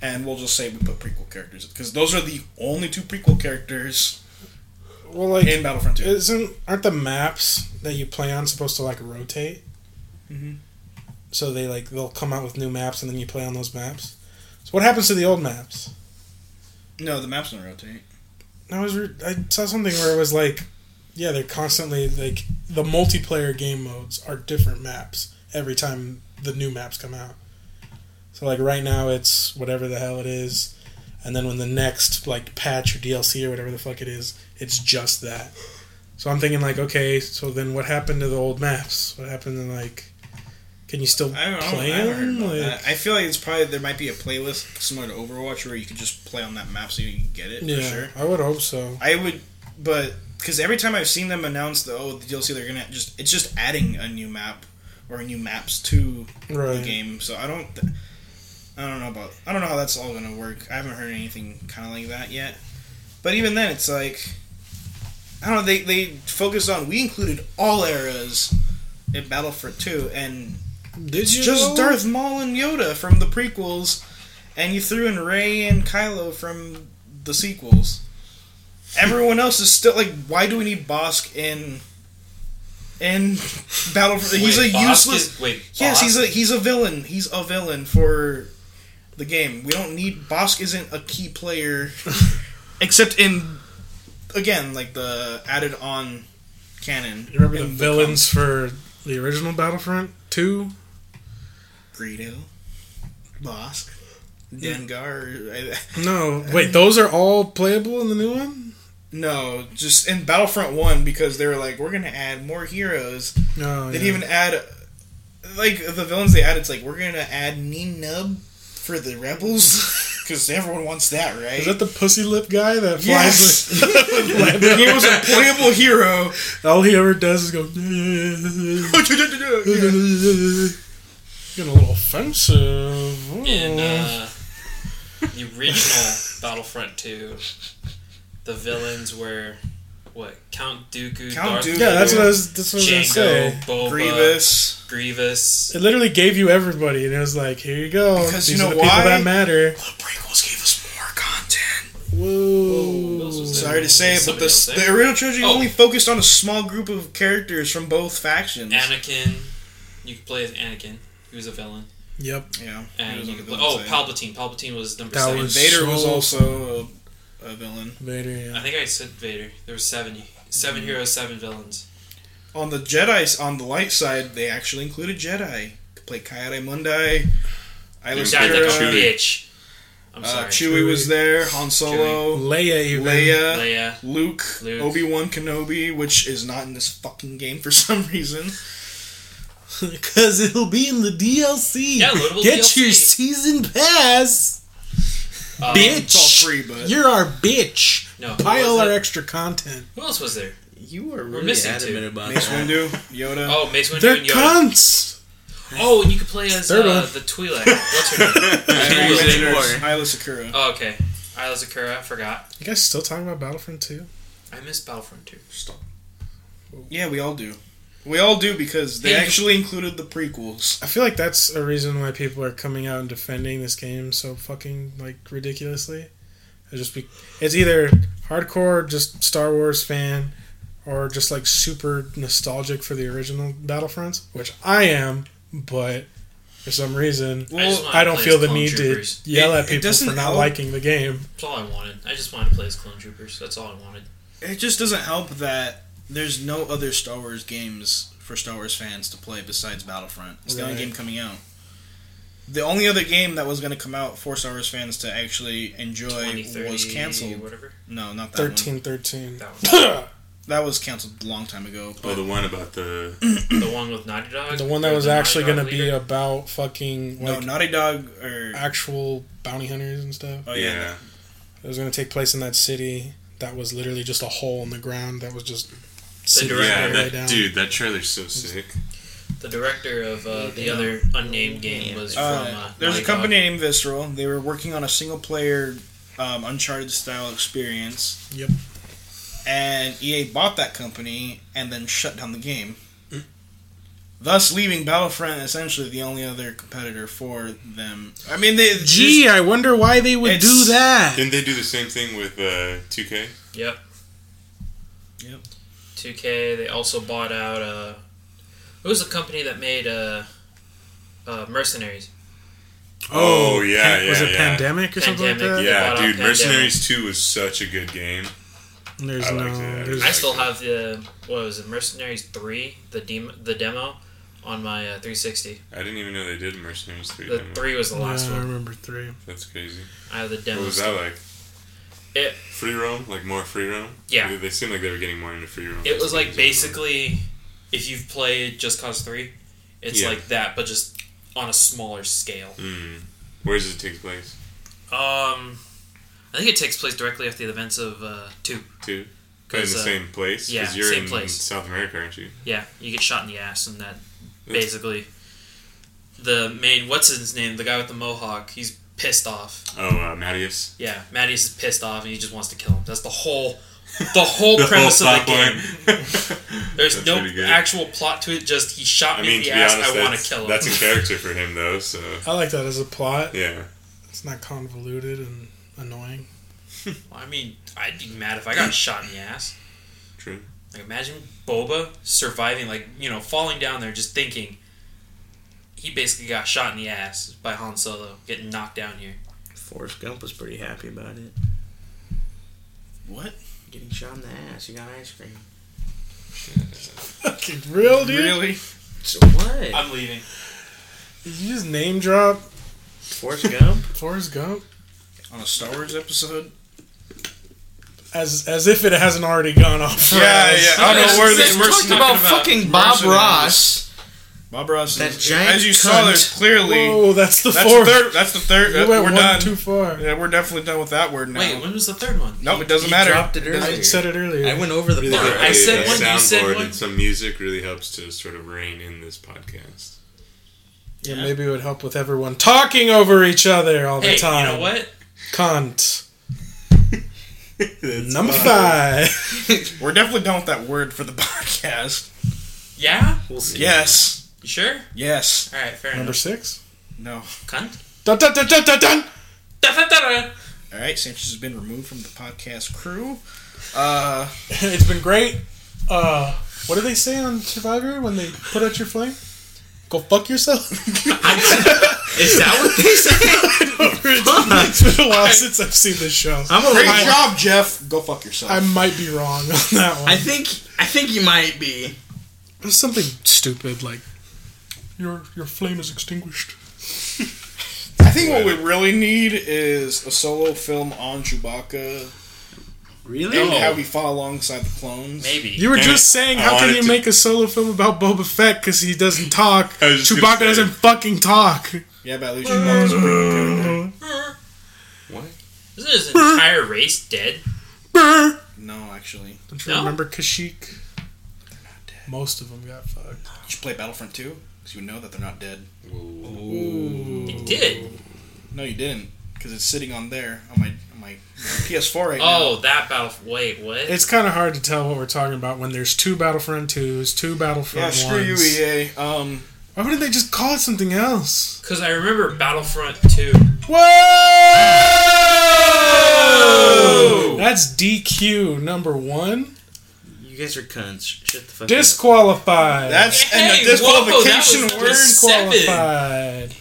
and we'll just say we put prequel characters because those are the only two prequel characters well, like in Battlefront Two. isn't aren't the maps that you play on supposed to like rotate? Mm-hmm. So they like they'll come out with new maps and then you play on those maps. So what happens to the old maps? No, the maps don't rotate. I was re- I saw something where it was like, yeah, they're constantly like the multiplayer game modes are different maps every time the new maps come out. So like right now it's whatever the hell it is, and then when the next like patch or DLC or whatever the fuck it is, it's just that. So I'm thinking like, okay, so then what happened to the old maps? What happened to like? Can you still I don't know. I play haven't heard them? about Like, that. I feel like it's probably there might be a playlist similar to Overwatch where you could just play on that map so you can get it yeah, for sure. I would hope so. I would, but because every time I've seen them announce the oh the DLC, they're gonna just it's just adding a new map or new maps to the Right. game. So I don't, th- I don't know about I don't know how that's all gonna work. I haven't heard anything kind of like that yet. But even then, it's like I don't know. They they focused on we included all eras in Battlefront Two, and Did it's just Darth Maul and Yoda from the prequels, and you threw in Rey and Kylo from the sequels. Everyone else is still like, why do we need Bosk in in Battlefront? like, He's a wait, Bosk useless. is- wait, yes, Bosk- he's a he's a villain. He's a villain for the game. We don't need Bosk. Isn't a key player, except in again like the added on canon. You remember the in villains for the original Battlefront 2? Greedo, Bosk, Dengar. No. Uh, Wait, those are all playable in the new one? No, just in Battlefront One because they were like, we're gonna add more heroes. No. They didn't even add like the villains they added. It's like we're gonna add Ninub for the rebels. because everyone wants that, right? Is that the pussy lip guy that flies? Yes. with- with Lando? he was a playable hero. All he ever does is go. yeah. Getting a little offensive. Ooh. in uh, the original Battlefront 2, the villains were what Count Dooku, Count Darth Dooku. yeah, that's what I was. That's what I was gonna say. Django, Boba, Grievous. Grievous. It literally gave you everybody, and it was like, here you go. Because you These know are the people why? that matter. The prequels gave us more content. Whoa. Sorry to say it, but Somebody this, else the there? original trilogy Oh. only focused on a small group of characters from both factions. Anakin. You could play as Anakin. He was a villain. Yep. yeah. he And was you on could the play, oh, villain side. Palpatine. Palpatine was number That seven. was- Vader was So- also a, a villain. Vader. I Yeah. think I said Vader. There were seven, Mm-hmm. seven heroes, seven villains. On the Jedi, on the light side, they actually included Jedi. Could play Kayade Mundi, You Isla died like a Chewie. Secura, bitch. I'm uh, sorry. Chewie was there, Han Solo, Leia. Even. Leia, Leia. Luke, Luke. Obi Wan Kenobi, which is not in this fucking game for some reason. Because it'll be in the DLC. Yeah, loadable Get DLC. your season pass, Um, bitch. It's all free, but You're our bitch. No. who Pile was our it? extra content. Who else was there? You are really missing adamant two. about Mace that. Windu, Yoda. Oh, Mace Windu They're and Yoda. cunts. Oh, and you could play as Third uh, one. the Twi'lek. What's her name? I don't Isla use it Secura. anymore. Isla Secura. Oh, okay. Isla Sakura, I forgot. You guys still talking about Battlefront 2? I missed Battlefront 2. Yeah, we all do. We all do because they Hey, you- actually included the prequels. I feel like that's a reason why people are coming out and defending this game so fucking like ridiculously. It just be, it's either hardcore just Star Wars fan or just like super nostalgic for the original Battlefronts, which I am, but for some reason I, Well, just wanted I don't to play feel as the clone need troopers. to yell It- at it people for doesn't not help. liking the game. That's all I wanted. I just wanted to play as clone troopers. That's all I wanted. It just doesn't help that there's no other Star Wars games for Star Wars fans to play besides Battlefront. It's the only Right. game coming out. The only other game that was going to come out for Star Wars fans to actually enjoy 2030, was canceled. Whatever. No, not that one. Thirteen, thirteen. That That was canceled a long time ago. Oh, But the one about the one. the one with Naughty Dog. the one that Or was the Naughty actually Dog going to be leader? about fucking no, like Naughty Dog or actual bounty hunters and stuff. oh yeah, yeah. It was going to take place in that city that was literally just a hole in the ground that was just The sitting director Yeah, all the way that, dude, that trailer's so sick. The director of uh, the Yeah. other unnamed game was Uh, from. Uh, there's Naughty a company named Visceral. They were working on a single player um, Uncharted style experience. Yep. And EA bought that company and then shut down the game. Thus, leaving Battlefront essentially the only other competitor for them. I mean, they. Gee, I wonder why they would It's- do that. Didn't they do the same thing with uh, 2K? Dog. Yep. Yep. 2K. They also bought out. Uh, it was the company that made uh, uh, Mercenaries. Oh, yeah, pan- Was yeah, it yeah. pandemic or something like that? Pandemic, Yeah, Fallout dude, Pandemic. Mercenaries 2 was such a good game. There's I no. liked it. There's, I still have the what was it, Mercenaries three, the dem- the demo, on my uh, 360. I didn't even know they did Mercenaries 3. The demo. three was the yeah, last I one. remember three. That's crazy. I have the demo. What was that still. like? It- Free roam? Like more free roam? Yeah. They, they seemed like they were getting more into free roam. It was like basically, if you've played Just Cause three, it's Yeah. like that, but just on a smaller scale. Mm. Where does it take place? Um, I think it takes place directly after the events of uh, two. Two? Kind of in the uh, same place? yeah, you're same in place. South America, aren't you? Yeah, you get shot in the ass, and that basically the main what's his name, the guy with the mohawk, he's pissed off. Oh, uh, Mattias. Yeah, Mattias is pissed off, and he just wants to kill him. That's the whole, the whole The whole premise plot of the game. point. There's That's no pretty good. actual plot to it. Just he shot I me mean, in to the be ass. honest, I want to that's, kill him. that's in character for him, though, so. I like that as a plot. Yeah. It's not convoluted and annoying. I mean, I'd be mad if I got shot in the ass. True. Like imagine Boba surviving, like you know, falling down there, just thinking. He basically got shot in the ass by Han Solo, getting knocked down here. Forrest Gump was pretty happy about it. What? Getting shot in the ass. You got ice cream. Fucking real, dude. Really? So what? I'm leaving. Did you just name drop Forrest Gump? Forrest Gump On a Star Wars episode? as as if it hasn't already gone off. for us. I don't know where They this talked talking about Fucking Bob Mercenaries. Ross. Bob Ross. That is- giant as you saw, cunt. there's clearly Whoa, that's the that's fourth. the third. That's the third. You uh, we're went one done. too far. Yeah, we're definitely done with that word now. Wait, when was the third one? no, it doesn't You matter. dropped it doesn't- I earlier. said it earlier. I went over the Really, bar. really, I said the one, you said soundboard one. and some music really helps to sort of rein in this podcast. yeah, maybe it would help with everyone talking over each other all Hey, the time. you know what? Cunt. Number Uh, five. We're definitely done with that word for the podcast. Yeah? We'll see. Yes. You sure? Yes. All right, fair Number enough. six. No. Cunt. Dun, dun, dun, dun, dun, dun. Da, da, da, da. All right. Sanchez has been removed from the podcast crew. Uh, it's been great. Uh, what do they say on Survivor when they put out your flame? Go fuck yourself. Is that what they say? it's been a while since I've seen this show. I'm a great little- job, Jeff. Go fuck yourself. I might be wrong on that one. I think I think you might be. It was something stupid like your your flame is extinguished. I think what we really need is a solo film on Chewbacca Really? and how we fought alongside the clones. Maybe. You were Damn just it. saying, I how can wanted you to- make a solo film about Boba Fett because he doesn't talk? I was just gonna Chewbacca say. doesn't fucking talk. Yeah, but at least Chewbacca's pretty good. Isn't his entire race dead? Don't No, actually. you No? remember Kashyyyk? Most of them got fucked. You should play Battlefront 2 because you would know that they're not dead. He did. No, you didn't because it's sitting on there on my on my PS4 right now. Oh, that battle. Wait, what? It's kind of hard to tell what we're talking about when there's two Battlefront 2s, two yeah, Battlefront screw 1s. you, EA. Um, Why wouldn't they just call it something else? Because I remember Battlefront 2. Oh. Whoa! That's DQ number one. You guys are cunts. Shut the fuck up. Disqualified. that's and Hey, the whoa, that disqualification was word. dis- seven. Disqualified.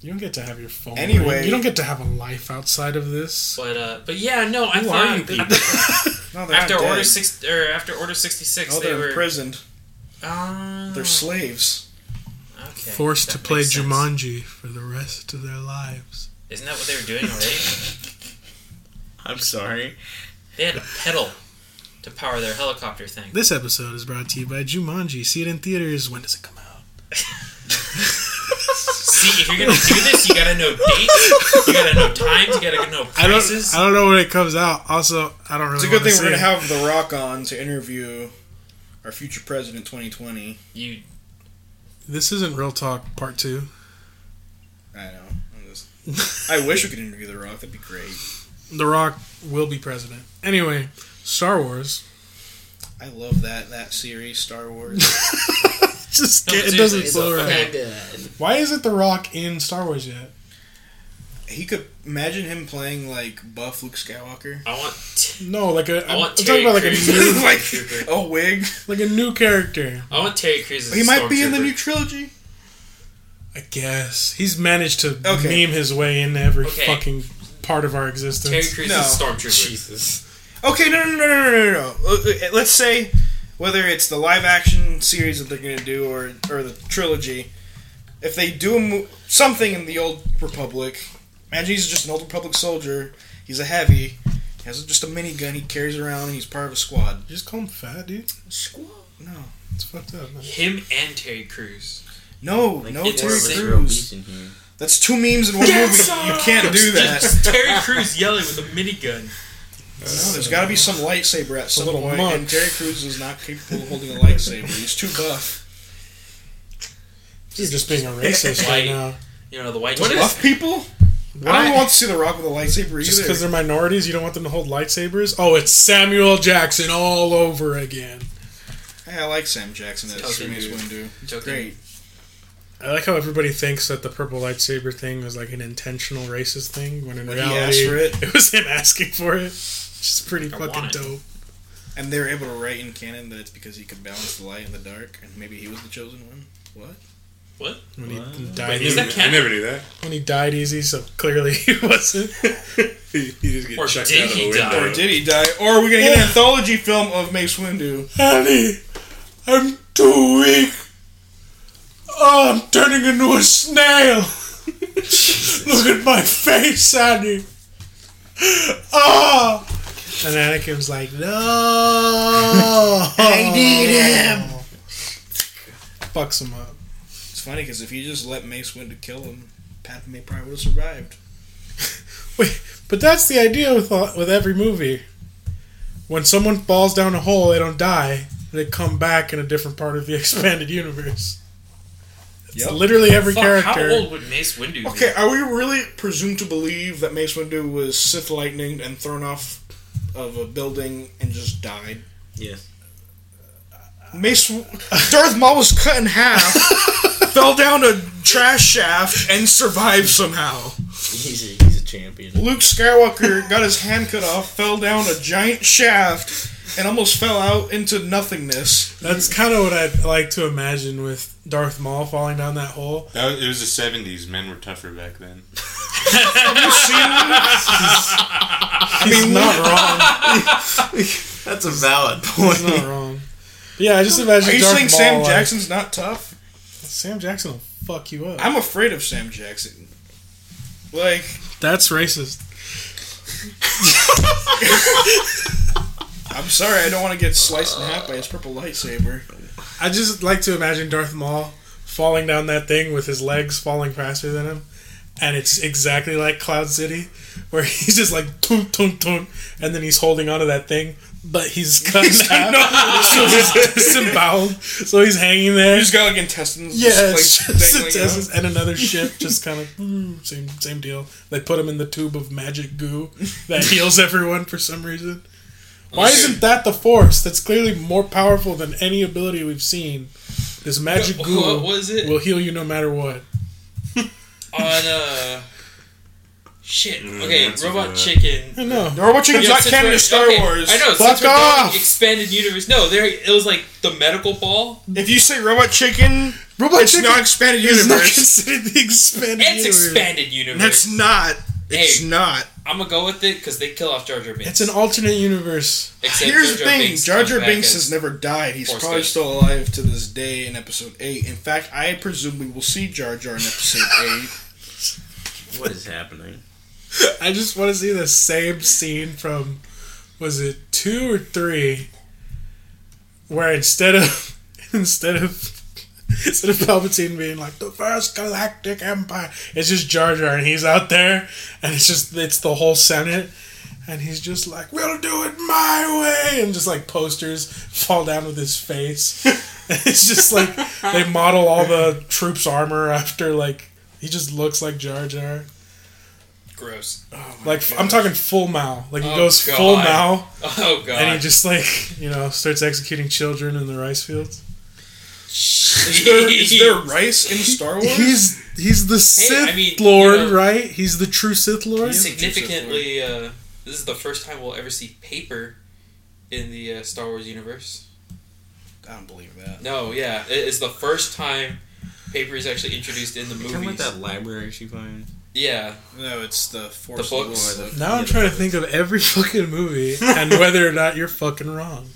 You don't get to have your phone. ring. Anyway. you don't get to have a life outside of this. But uh, but yeah, no, I Who thought are you that- No, they're after not Order dead. six or after Order sixty six, No, Oh, they they're were. imprisoned. Ah, They're slaves. okay. Forced That to play makes sense. Jumanji for the rest of their lives. Isn't that what they were doing already? I'm sorry. they had a pedal to power their helicopter thing. This episode is brought to you by Jumanji. See it in theaters. When does it come out? See, if you're gonna do this, you gotta know dates, you gotta know times, you gotta know I don't. prices. I don't know when it comes out. Also, I don't really. It's a good wanna thing we're see gonna it. have The Rock on to interview our future president, 2020. You This isn't real talk part two. I know. I'm just, I wish we could interview The Rock. That'd be great. The Rock will be president. Anyway, Star Wars. I love that that series, Star Wars. Just No, get- it seriously, doesn't it's flow a right. fucking- Why isn't The Rock in Star Wars yet? he could imagine him playing like buff Luke Skywalker. I want. No, like a I I'm, I'm want talking Terry about like a Crews. new like a wig. like a new character. I want Terry Crews. As He a might be in the stormtrooper. new trilogy. I guess he's managed to Okay. meme his way into every Okay. fucking part of our Terry existence. Crews No. is a stormtrooper. Jesus. Okay, no, no, no, no, no, no, no. Uh, uh, Let's say whether it's the live action series that they're going to do or or the trilogy. If they do a mo- something in the Old Republic, imagine he's just an Old Republic soldier. He's a heavy. He has just a minigun he carries around, and he's part of a squad. You just call him fat, dude. No, It's fucked up. Man. Him and Terry Crews. no, Like, no, it's four Terry of us insane. are obese Crews. in here. That's two memes in one movie. You can't do that. Just Terry Crews yelling with a minigun. No, there's got to be some lightsaber at some little point, monk. and Terry Crews is not capable of holding a lightsaber. He's too buff. You're just being a racist right White. now. You know the white. What chick. buff people? I Why? don't want to see The Rock with a lightsaber Just because either. they're minorities, you don't want them to hold lightsabers. Oh, it's Samuel Jackson all over again. Hey, I like Sam Jackson as Token Mace dude. Windu. Token. Great. I like how everybody thinks that the purple lightsaber thing was like an intentional racist thing, when in Like, he reality, asked for it? was him asking for it. Which is pretty I fucking want it. dope. And they were able to write in canon that it's because he could balance the light and the dark, and maybe he was the chosen one. What? When he I, died, Is knew- that I canon? never knew that. when he died easy, so clearly he wasn't. he he just get Or chucked did out of he the window. die? Or did he die? Or are we gonna get an anthology film of Mace Windu? Annie, I'm too weak. Oh, I'm turning into a snail. Look at my face, Annie. Ah. And Anakin's like, no. I need him. fucks him up. It's funny because if you just let Mace Windu kill him, Padme probably would have survived. But that's the idea with all- with every movie. When someone falls down a hole, they don't die. They come back in a different part of the expanded universe. It's Yep. literally every Fuck, character. How old would Mace Windu be? Okay, are we really presumed to believe that Mace Windu was Sith lightning and thrown off of a building and just died? Yes. Mace Darth Maul was cut in half, fell down a trash shaft, and survived somehow. He's a, he's a champion. Luke Skywalker got his hand cut off, fell down a giant shaft, and almost fell out into nothingness. That's kind of what I'd like to imagine with Darth Maul falling down that hole. That was, it was the 70s. Men were tougher back then. He's not wrong. That's a valid point. He's not wrong. But yeah, I just imagine Are you Darth saying Maul. Sam like, Jackson's not tough? Sam Jackson will fuck you up. I'm afraid of Sam Jackson. Like, That's racist. I'm sorry, I don't want to get sliced in half by his purple lightsaber. I just like to imagine Darth Maul falling down that thing with his legs falling faster than him. And it's exactly like Cloud City, where he's just like toon toon toon, and then he's holding onto that thing, but he's cut in half, so he's disemboweled, so he's hanging there. He's got like intestines. Yeah, just, it's like, just dangling out. intestines and another ship just kind of mm, same same deal. They put him in the tube of magic goo that heals everyone for some reason. Oh, Why isn't that the force? That's clearly more powerful than any ability we've seen. This magic What- goo what was it? will heal you no matter what. On uh, shit. Mm, Okay, that's Robot good. Chicken. I know. The Robot Chicken's Yeah, not since canon we're- to Star okay, Wars. I know. Fuck since we're going off! Expanded universe. No, there. It was like the medical ball. If you say Robot Chicken, Robot it's not expanded is not universe. considered the expanded It's universe. expanded universe. That's not. It's Hey. not. I'm gonna go with it because they kill off Jar Jar Binks. It's an alternate universe. Except Here's the Jar Jar thing: Binks Jar comes Jar back Binks as- has never died. He's Force probably Ghost. still alive to this day in Episode Eight. In fact, I presume we will see Jar Jar in Episode Eight. What is happening? I just want to see the same scene from was it two or three, where instead of instead of instead of Palpatine being like the first Galactic Empire, it's just Jar Jar and he's out there and it's just it's the whole Senate. And he's just like, "We'll do it my way," and just like posters fall down with his face. it's just like they model all the troops' armor after like he just looks like Jar Jar. Gross. Like f- I'm talking full Mao. Like he Oh, goes full God. Mao, Oh god. and he just like you know starts executing children in the rice fields. Is there, is there rice in Star Wars? He's he's the Sith I mean, Lord, you know- right? He's the true Sith Lord. significantly uh, this is the first time we'll ever see paper in the uh, star wars universe I don't believe that. no yeah it is the first time paper is actually introduced in the movies library she found? yeah No, it's the Force The books. Award. Now I'm trying to think of every fucking movie and whether or not you're fucking wrong,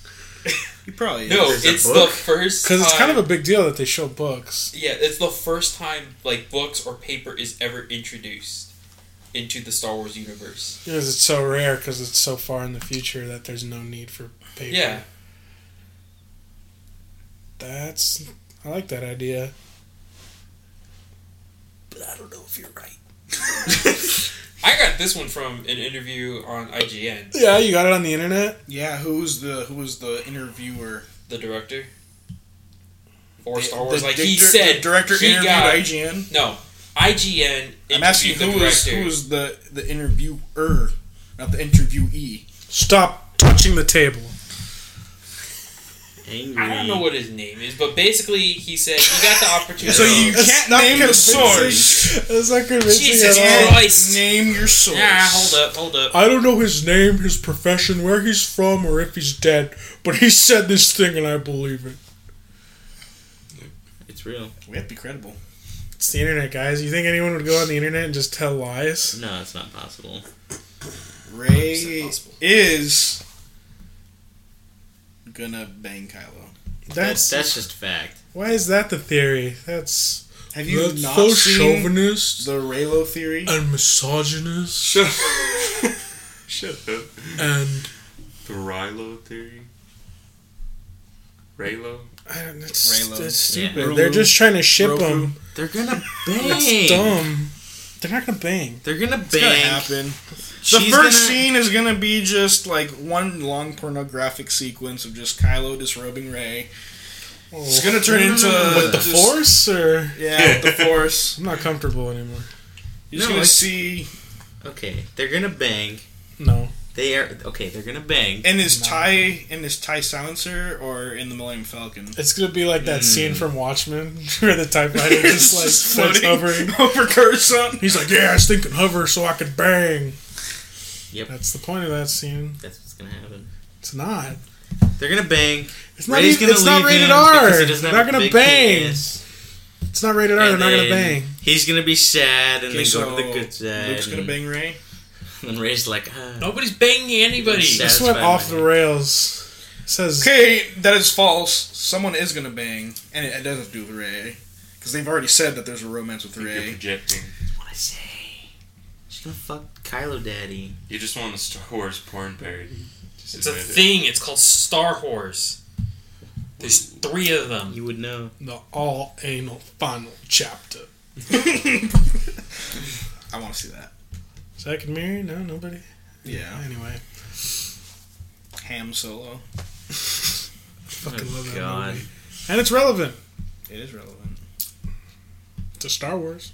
You probably no There's a it's the book? first because it's kind of time- a big deal that they show books. yeah it's the first time like books or paper is ever introduced into the star wars universe Because it's so rare, because it's so far in the future that there's no need for paper. yeah that's I like that idea, but I don't know if you're right. i got this one from an interview on ign Yeah, you got it on the internet. Yeah, who's the who was the interviewer? the director for star The- wars the like di- he dir- said the director he interviewed got- IGN. No, IGN. I'm asking interviewed who the was director. who was the the interviewer, not the interviewee. Stop touching the table. Angry. I don't know what his name is, but basically he said you got the opportunity. So you That's can't not name the convincing. source. That's not convincing Jesus at all. Christ. Christ. Name your source. yeah, hold up, hold up. I don't know his name, his profession, where he's from, or if he's dead, but he said this thing and I believe it. It's real. We have to be credible. It's the internet, guys. You think anyone would go on the internet and just tell lies? No, it's not possible. Ray possible. is gonna bang Kylo. That's, That's that's just fact. why is that the theory? That's, Have you that's not so seen chauvinist the Raylo theory? and misogynist Shut up. Shut up. and The Rilo theory? Raylo. I don't, it's, Raylo. it's stupid. Yeah. They're just trying to ship Roku. them. They're gonna It's bang. dumb. They're not gonna bang. They're gonna bang. It's gonna happen. The first She's gonna- scene is gonna be just like one long pornographic sequence of just Kylo disrobing Ray. It's gonna turn into Oh. With the just- force, or Yeah, with the force. I'm not comfortable anymore. You're just No, gonna it's- see, Okay, they're gonna bang. No, They are okay. They're gonna bang. and his tie, in his tie silencer, or in the Millennium Falcon. it's gonna be like that Hmm. scene from Watchmen where the typewriter just like starts hovering. over Curzon. He's like, yeah, I stink and hover so I could bang. Yep. That's the point of that scene. That's what's gonna happen. It's not. They're gonna bang. It's not. Ray's even, gonna it's not leave rated him R. because he doesn't They're have not a gonna big bang. penis. It's not rated R. They're And not gonna then bang. He's gonna be sad and Okay, then so go to the good side. Luke's gonna bang Ray. And, and Ray's like, ah. Nobody's banging anybody. Sad. This That's went fine, off man. the rails. It says Okay, that is false. Someone is gonna bang, and it, it doesn't do with Ray because they've already said that there's a romance with You're Ray. projecting. what I say. She's gonna fuck Kylo Daddy. You just want a Star Wars porn parody. Just It's a admit it. thing. It's called Star Wars. There's three of them. You would know. the all anal final chapter. I want to see that. Second Mary? No, nobody. Yeah, Anyway, Ham Solo. fucking Oh, love that God. movie. And it's relevant It is relevant. to Star Wars.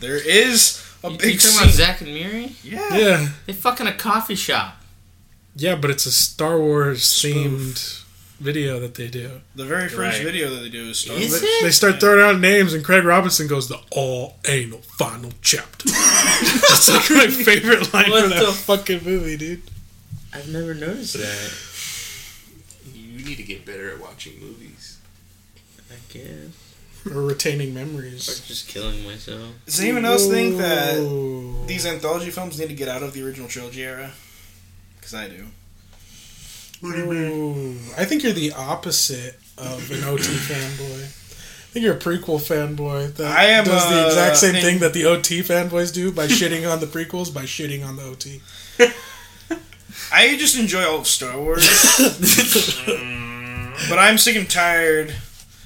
There is a You, you big talking about scene. Zack and Miri? Yeah. Yeah, They fuck in a coffee shop. yeah, but it's a Star Wars themed video that they do. the very first Right. video that they do is Star Is Wars. it? They start throwing out names, and Craig Robinson goes the all anal final chapter. That's like my favorite line What from that the- fucking movie, dude. I've never noticed that. You need to get better at watching movies. I guess. Or retaining Or memories. just killing myself. Does anyone else think that Whoa. these anthology films need to get out of the original trilogy era? Because I do. Ooh, I think you're the opposite of an OT fanboy. I think you're a prequel fanboy that I am, does the uh, exact same in- thing that the OT fanboys do by shitting on the prequels by shitting on the OT. I just enjoy all of Star Wars, but I'm sick and tired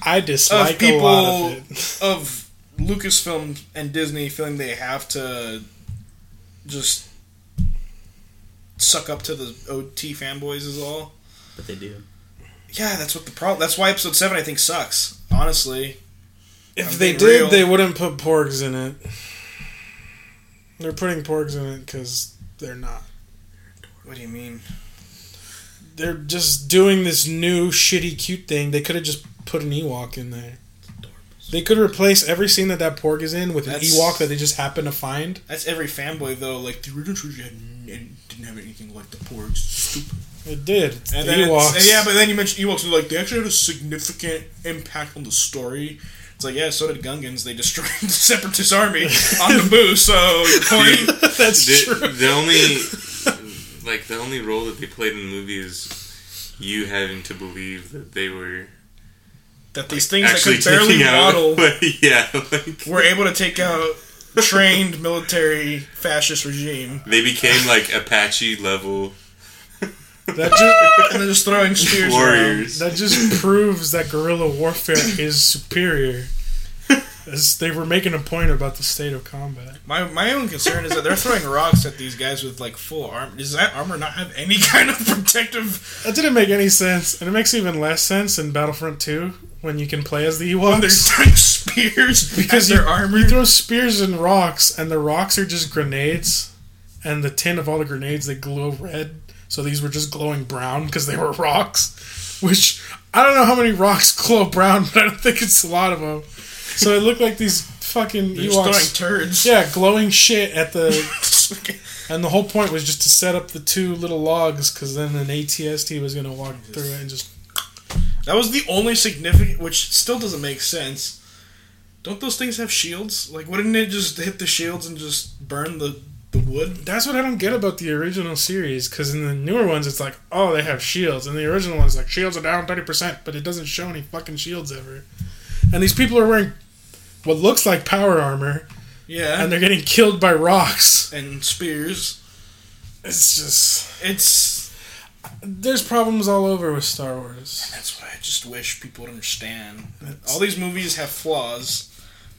I dislike a lot of it. of Lucasfilm and Disney feeling they have to just suck up to the OT fanboys is all. But they do. Yeah, that's what the problem. That's why Episode Seven I think sucks. Honestly, If I'm they being did, real. they wouldn't put porgs in it. They're putting porgs in it because they're not. what do you mean? They're just doing this new shitty cute thing. They could have just put an Ewok in there. They could replace every scene that that porg is in with an That's- Ewok that they just happen to find. That's every fanboy though. Like the original trilogy had, n- didn't have anything like the Porgs. Stupid. It did. It's And the then it's- Ewoks. and yeah, but then you mentioned Ewoks. And like they actually had a significant impact on the story. It's like yeah, so did Gungans. They destroyed the Separatist army on Naboo. So your point. Oh, that's the, true. the only like the only role that they played in the movie is you having to believe that they were that these things that actually could barely taking out. waddle yeah, like were able to take out trained military fascist regime they became like Apache level That just and they're just throwing spears around. warriors. that just proves that guerrilla warfare is superior. As they were making a point about the state of combat. My, my own concern is that they're throwing rocks at these guys with like full armor. Does that armor not have any kind of protective? That didn't make any sense, and it makes even less sense in Battlefront 2 when you can play as the They're Ewoks. throwing spears because Because at you, their armor. you throw spears and rocks, and the rocks are just grenades, and the tin of all the grenades they glow red. So these were just glowing brown because they were rocks, which I don't know how many rocks glow brown, but I don't think it's a lot of them. So it looked like these fucking They're Ewoks, just throwing turds. yeah, glowing shit at the. Okay. And the whole point was just to set up the two little logs, because then an ATST was gonna walk through it and just that was the only significant, which still doesn't make sense. Don't those things have shields? Like, wouldn't it just hit the shields and just burn the, the wood? That's what I don't get about the original series, because in the newer ones, it's like, oh, they have shields. And the original one's like, shields are down 30%, but it doesn't show any fucking shields ever. And these people are wearing what looks like power armor, Yeah, and they're getting killed by rocks. and spears. It's just. It's There's problems all over with Star Wars. That's what I just wish people would understand. All these movies have flaws,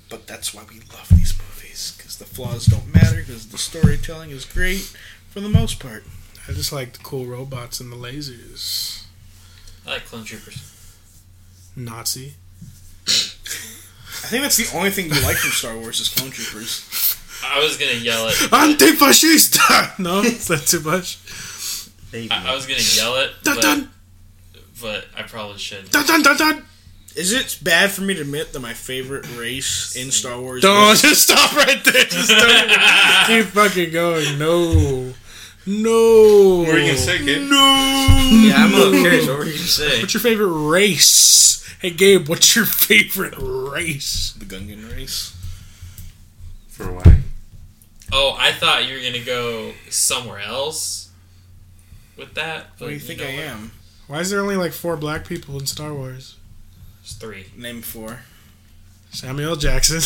but that's why we love these movies because the flaws don't matter because the storytelling is great for the most part. I just like the cool robots and the lasers. I like clone troopers. Nazi. I think that's the only thing you like from Star Wars is Clone Troopers. I was gonna yell it. Antifascista! No, is that too much? They I, I was gonna yell it, Dun but, dun but I probably should. dun dun dun dun! Is it bad for me to admit that my favorite race in Star Wars? Don't is- just stop right there. Just don't even- keep fucking going. No, no. Where are you gonna say, kid? No. Yeah, I'm a little curious. What were you gonna say? What's your favorite race? Hey Gabe, what's your favorite race? the Gungan race. For why? Oh, I thought you were gonna go somewhere else with that. What do you think I know what? am? Why is there only like four black people in Star Wars? There's three. Name four. Samuel L. Jackson.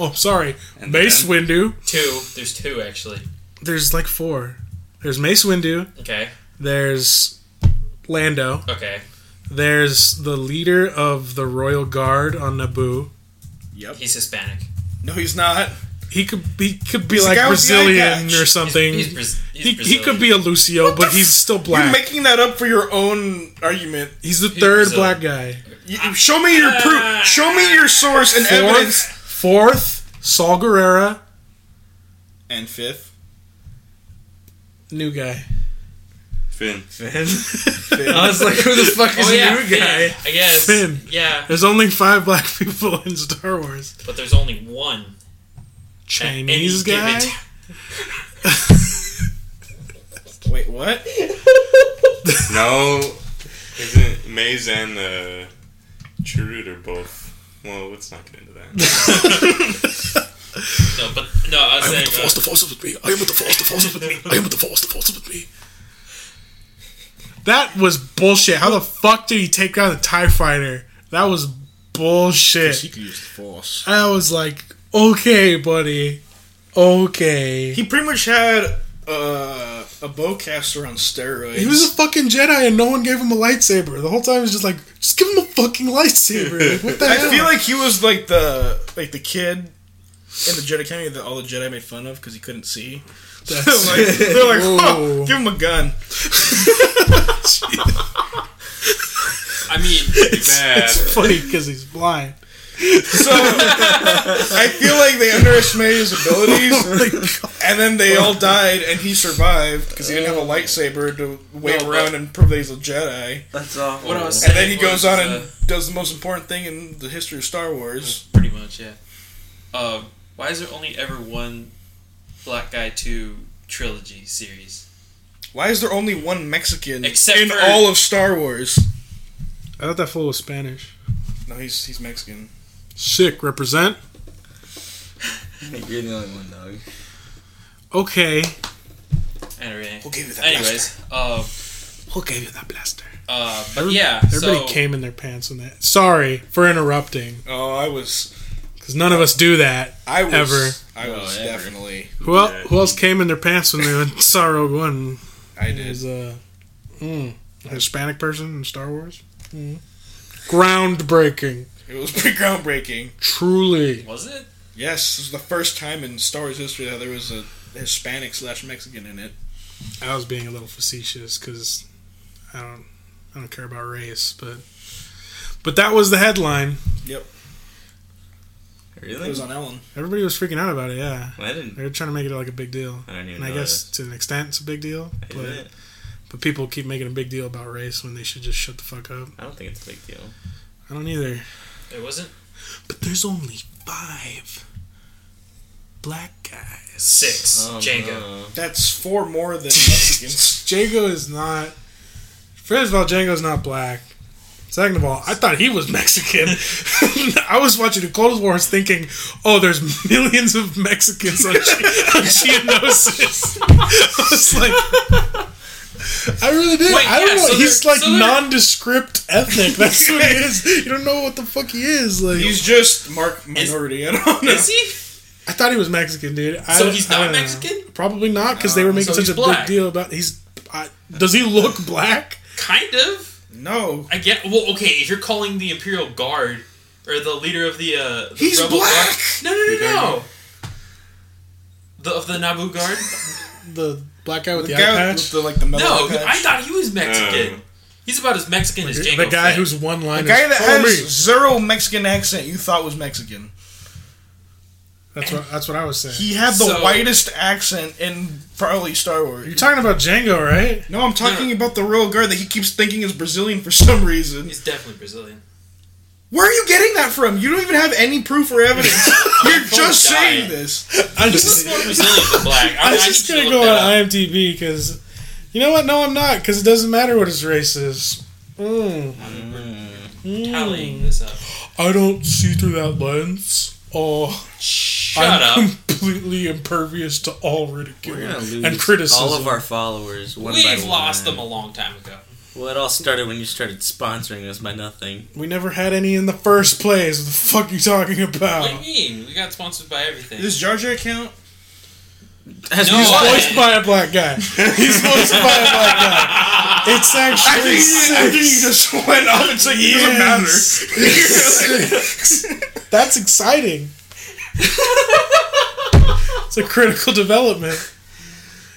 oh, sorry. Mace Windu. Two. There's two actually. There's like four. There's Mace Windu. Okay. There's Lando. Okay. There's the leader of the royal guard on Naboo. Yep. He's Hispanic. No, he's not. He could he could be He's the like guy with the eye Brazilian patch. or something. He's, he's, Braz- he's he, he Brazilian. could be a Lucio, but he's still You're black. making that up for your own argument. he's the third Brazilian. black guy. You- you- show me your proof. Show me your source and Fourth, evidence. fourth, Saul Guerrera, And fifth. new guy. Finn. I was like, who the fuck Oh yeah, Finn, I guess. Finn. Yeah, There's only five black people in Star Wars. but there's only one at any Chinese given guy. time. Wait, what? No, isn't Maze and uh, Chirrut are both? Well, let's not get into that. No, but no, I was saying. uh, the force with me. I am with the force, the force with me. I am with the force, the force with me. That was bullshit. How the fuck did he take down the Tie Fighter? That was bullshit. could use the force. I was like, okay, buddy, okay. He pretty much had uh, a bowcaster on steroids. He was a fucking Jedi, and no one gave him a lightsaber. The whole time, he's just like, just give him a fucking lightsaber. Like, what the I hell? feel like he was like the like the kid in the Jedi Academy that all the Jedi made fun of because he couldn't see. That's- Like, they're like, "Huh, Whoa. give him a gun. I mean, Bad. it's funny because he's blind. So I feel like they underestimated his Oh abilities, and then they all died, and he survived because he didn't have a lightsaber to wave No, but- around and prove that he's a Jedi. That's awful. what I was saying. And then he was, goes on uh, and does the most important thing in the history of Star Wars. pretty much, yeah. Um, why is there only ever one black guy to trilogy series? Why is there only one Mexican Hmm. Except in for- all of Star Wars? I thought that fool was Spanish. No, he's he's Mexican. Sick, represent. You're the only one, dog. Okay. And everything. We'll give you that. Anyways, um, Who gave you that blaster? uh, but yeah, Everybody so came in their pants on that. Sorry for interrupting, Oh, I was, because none of us do that. I was, Ever. I Oh, was ever. definitely. Who, el- who else came in their pants when they went, saw Rogue One? I It did. was uh, mm, a Hispanic person in Star Wars. Mm. Groundbreaking. It was pretty groundbreaking. Truly. was it? Yes, this was the first time in Star Wars history that there was a Hispanic slash Mexican in it. I was being a little facetious because I don't I don't care about race, but but that was the headline. It Really? was on Ellen. Everybody was freaking out about it. Yeah, I didn't. they were trying to make it like a big deal, I didn't even and I know guess to an extent it's a big deal. that. Is But it? but people keep making a big deal about race when they should just shut the fuck up. I don't think it's a big deal. I don't either. It wasn't Oh, But there's only five black guys. six. Oh, Jango. no. That's four more than Mexicans. Django is not. First of all, Django's not black. Second of all, I thought he was Mexican. I was watching the Cold Wars thinking, oh, there's millions of Mexicans on, Ge- on Geonosis. I was like, I really did. Wait, I don't yeah, know. so He's they're- like so they're- nondescript ethnic. That's what he is. You don't know what the fuck he is. Like, He's just Mark minority. I don't know. Is he? I thought he was Mexican, dude. I, So he's I not don't know. Mexican? Uh, Probably not because they were making so such a he's black. big deal about he's. I, does he look black? Kind of. No. I get. Well, okay. If you're calling the Imperial Guard or the leader of the, uh, the He's rebel black! Guard- No, no, no, no. The of the Naboo Guard. The black guy with The the, guy eye with- with patch. the, like, the metal No, eye patch. I thought he was Mexican. Oh. He's about as Mexican as Jango. the guy Fett. who's one line. The guy that "Follow has me." zero Mexican accent you thought was Mexican. That's what that's what I was saying. He had the So- whitest accent in probably Star Wars. You're talking about Django, right? No, I'm talking about the royal guard that he keeps thinking is Brazilian for some reason. He's definitely Brazilian. Where are you getting that from? You don't even have any proof or evidence. You're just Don't die. saying this. I'm He's just, more Brazilian than black. I, I'm I just need gonna you to go look on that up. IMDb because, you know what? No, I'm not because it doesn't matter what his race is. Mm. Tallying this up. I don't see through that lens. Oh, Shut I'm up. completely impervious to all ridicule We're gonna lose and criticism. all of our followers one by We've one. lost them a long time ago. Well, it all started when you started sponsoring us by nothing. we never had any in the first place. What the fuck you talking What do you about? mean? We got sponsored by everything. This Jar Jar account? As No, we- I- Voiced by a black guy. He's voiced by a black guy. It's I actually think, you, I think you six. just went off and said Yes. it doesn't matter. That's exciting. it's a critical development.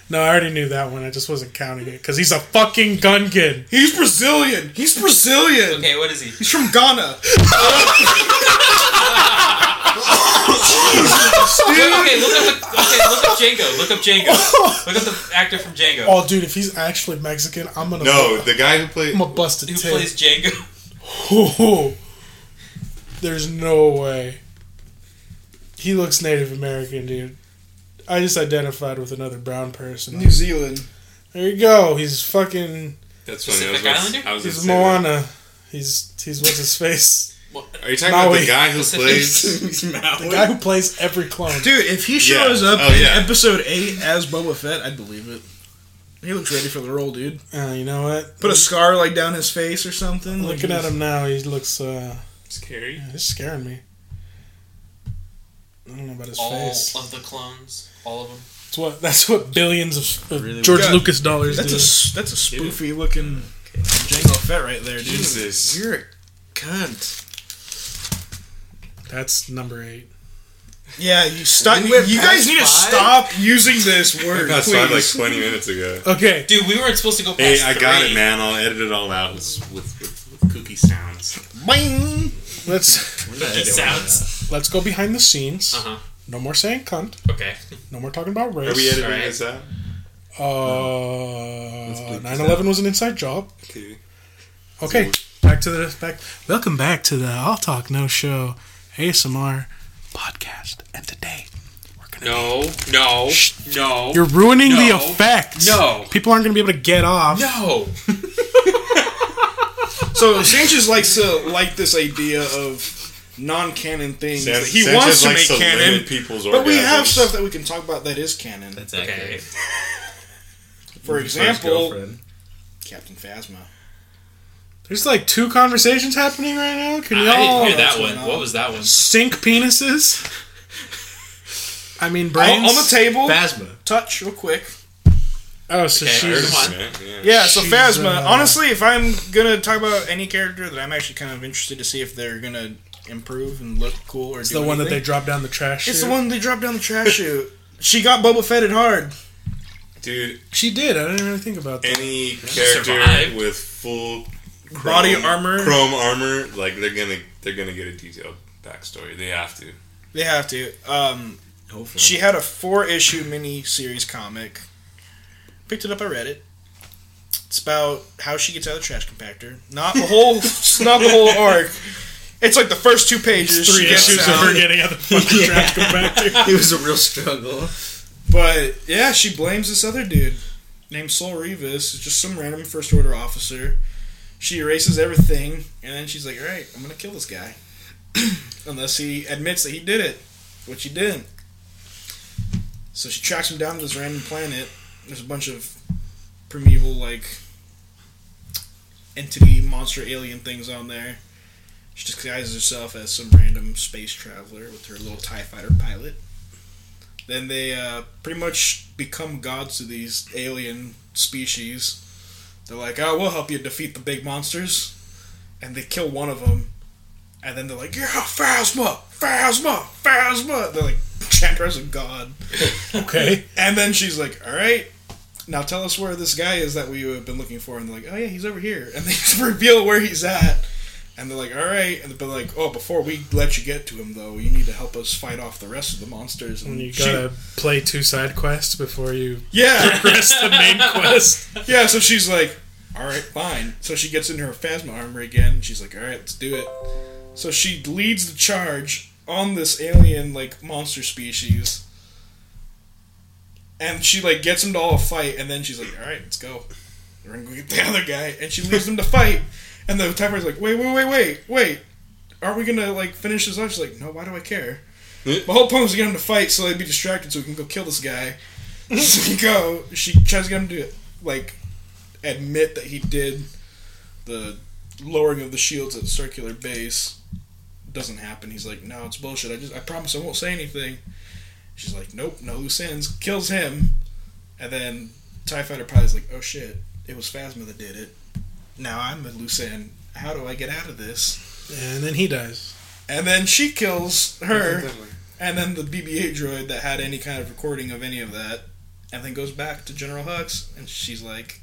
No, I already knew that one. I just wasn't counting it because he's a fucking gunkin. He's Brazilian. He's Brazilian. okay, what is he? He's from Ghana. okay, look up. Okay, look up Django. Look up Django. Look up the actor from Django Oh, dude, if he's actually Mexican, I'm gonna No, the guy who played. I'm gonna bust a who tail. plays Django. Ooh. There's no way. He looks Native American, dude. I just identified with another brown person. New Zealand. There you go. He's fucking. That's funny. I Pacific was about to- Islander? I was gonna He's say that. Moana. He's he's what's his face? Are you talking about Maui. the guy who Pacific. plays? The guy who plays every clone. Dude, if he Yeah. shows up Oh, in yeah. episode 8 as Boba Fett, I'd believe it. He looks ready for the role, dude. Uh, you know what? Put a scar like down his face or something. like Looking at he's- him now, he looks. uh Scary. He's scaring me. I don't know about his All face. of the clones, all of them. That's what. That's what billions of, of Really? George Yeah. Lucas dollars That's do. a s- that's a spoofy looking Jango Fett right there, dude. Jesus. you're a cunt. That's number eight. Yeah, you stop. We went You guys past need to five? stop using this I word, got started like please. 20 minutes ago. Okay. Dude, we weren't supposed to go past Hey, I got three. it, man. I'll edit it all out with with, with, with cookie sounds. Boing. Let's We're not It doing sounds. let's go behind the scenes. Uh-huh. Uh huh. No more saying cunt. Okay. No more talking about Are we race. editing Alright. this out? Uh, bleep this 9/11 Uh, was an inside job. Okay. Okay, back to the back. Welcome back to the I'll Talk No Show ASMR podcast. And today we're gonna No. No. No. you're ruining the Oh, No. effect. No. people aren't gonna be able to get off. no. So Sanchez likes to like this idea of non-canon things. San- that he Sanchez wants to likes make canon, limit people's but we have orgasms. stuff that we can talk about that is canon. That's Okay. accurate. For First example, girlfriend. Captain Phasma. There's like two conversations happening right now. Can I didn't hear y'all that that's one. not- What was that one? sink penises? I mean brains. On on the table, Phasma. touch real quick. oh, so Okay, she's come on. Man, yeah. Yeah, so She's, Phasma. uh, honestly, if I'm gonna talk about any character that I'm actually kind of interested to see if they're gonna improve and look cool or It's do the one that they anything, drop down the trash. It's chute. the one they dropped down the trash chute. She got Boba Fetted hard. Dude, she did. I didn't really think about that. any character survived. with full chrome, Body armor. chrome armor, like they're gonna they're gonna get a detailed backstory. They have to. They have to. Um, Hopefully. she had a four issue mini series comic. Picked it up. I read it. It's about how she gets out of the trash compactor. Not the whole. not the whole arc. It's like the first two pages. Three she gets issues of out. her getting out of the fucking trash compactor. it was a real struggle. But yeah, she blames this other dude named Sol Revis, who's just some random first order officer. She erases everything, and then she's like, "All right, I'm gonna kill this guy," unless he admits that he did it, which he didn't. So she tracks him down to this random planet. There's a bunch of primeval like entity, monster, alien things on there. She disguises herself as some random space traveler with her little Tie Fighter pilot. Then they uh, pretty much become gods to these alien species. They're like, "Oh, we'll help you defeat the big monsters," and they kill one of them. And then they're like, "Yeah, Phasma, Phasma, Phasma." They're like, "Chandra's a god." Okay. And then she's like, "All right, now tell us where this guy is that we have been looking for." And they're like, "Oh yeah, he's over here." And they reveal where he's at. And they're like, "All right," and they're like, "Oh, before we let you get to him, though, you need to help us fight off the rest of the monsters." And you she- gotta play two side quests before you yeah, progress the main quest. yeah. So she's like, "All right, fine." So she gets into her phasma armor again. And she's like, "All right, let's do it." So she leads the charge on this alien like monster species. And she like gets him to all fight, and then she's like, "All right, let's go. We're gonna go get the other guy." And she leaves them to fight, and the timer's like, "Wait, wait, wait, wait, wait! Aren't we gonna like finish this up?" She's like, "No, why do I care?" My whole point was to get him to fight so they'd be distracted so we can go kill this guy. so we go. She tries to get him to like admit that he did the lowering of the shields at circular base. Doesn't happen. He's like, no, it's bullshit. I just, I promise, I won't say anything. She's like, nope, no loose ends. Kills him, and then Tie Fighter Pilot's like, oh shit, it was Phasma that did it. Now I'm a loose end. How do I get out of this? And then he dies. And then she kills her, and then the BBA droid that had any kind of recording of any of that, and then goes back to General Hux, and she's like,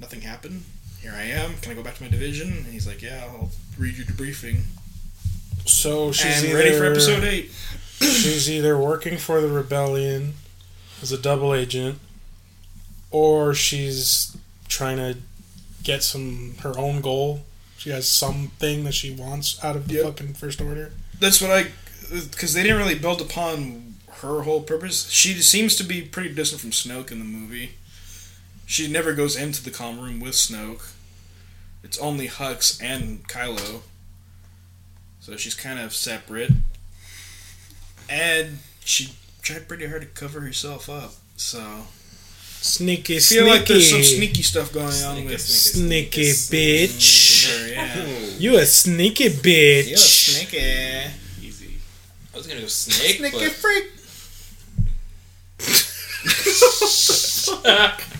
nothing happened. Here I am. Can I go back to my division? And he's like, yeah, I'll read your debriefing. So she's and either, ready for episode eight. She's either working for the rebellion as a double agent, or she's trying to get some her own goal. She has something that she wants out of the Yep. fucking first order. That's what I, because they didn't really build upon her whole purpose. She seems to be pretty distant from Snoke in the movie. She never goes into the comm room with Snoke. It's only Hux and Kylo. So she's kind of separate. And she tried pretty hard to cover herself up. So Sneaky, I feel sneaky, like there's some sneaky stuff going on Sneaky, with sneaky. sneaky Sneaky, bitch. her. Yeah. You a sneaky bitch. You're sneaky. Easy. I was gonna go snake. Sneaky but freak.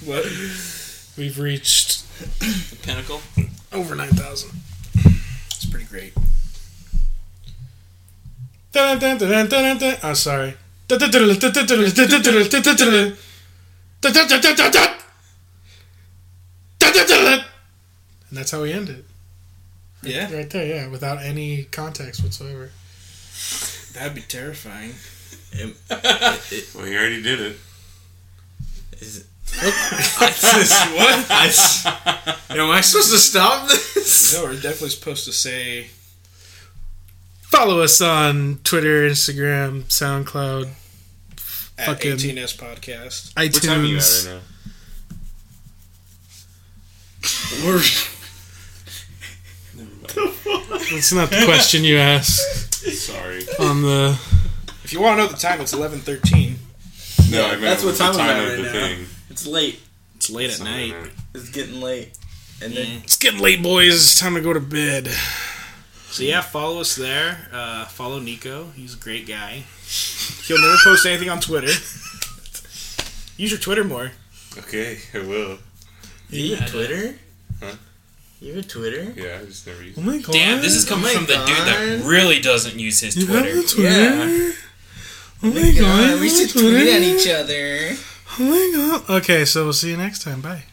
what? We've reached the pinnacle. over nine thousand. It's pretty great. Dun, dun, dun, dun, dun, dun. Oh, sorry. Dun, dun, dun, dun, dun, dun, dun, dun, dun, dun, dun, dun. Dun, dun, dun, dun, dun, dun. Dun, dun, dun, dun. And that's how we end it. Yeah, Right there, yeah, without any context whatsoever. that'd be terrifying. Am- Well, you already did it. is- I just- What? I s- am I supposed to stop this? No, we're definitely supposed to say Follow us on Twitter, Instagram, SoundCloud, at Fucking- 18s podcast. iTunes. What time are you at right now? We're- That's not the question you asked Sorry. on the. If you want to know the time, it's 11:13. No, Yeah, I meant that's what the time I'm time at of right the now. thing. It's late. It's late at night. It's getting late. And then It's getting late, boys. It's time to go to bed. So yeah, follow us there. Uh, follow Nico. He's a great guy. He'll never post anything on Twitter. Use your Twitter more. Okay, I will. you have Twitter? Huh? You have a Twitter? Yeah, I just never used. Oh It. my god. Damn, this is coming Oh my from the dude that God. really doesn't use his You have Twitter. a Twitter? Yeah. Oh uh, my god. we you have should a Twitter? tweet at each other. Oh my god. Okay, so we'll see you next time. Bye.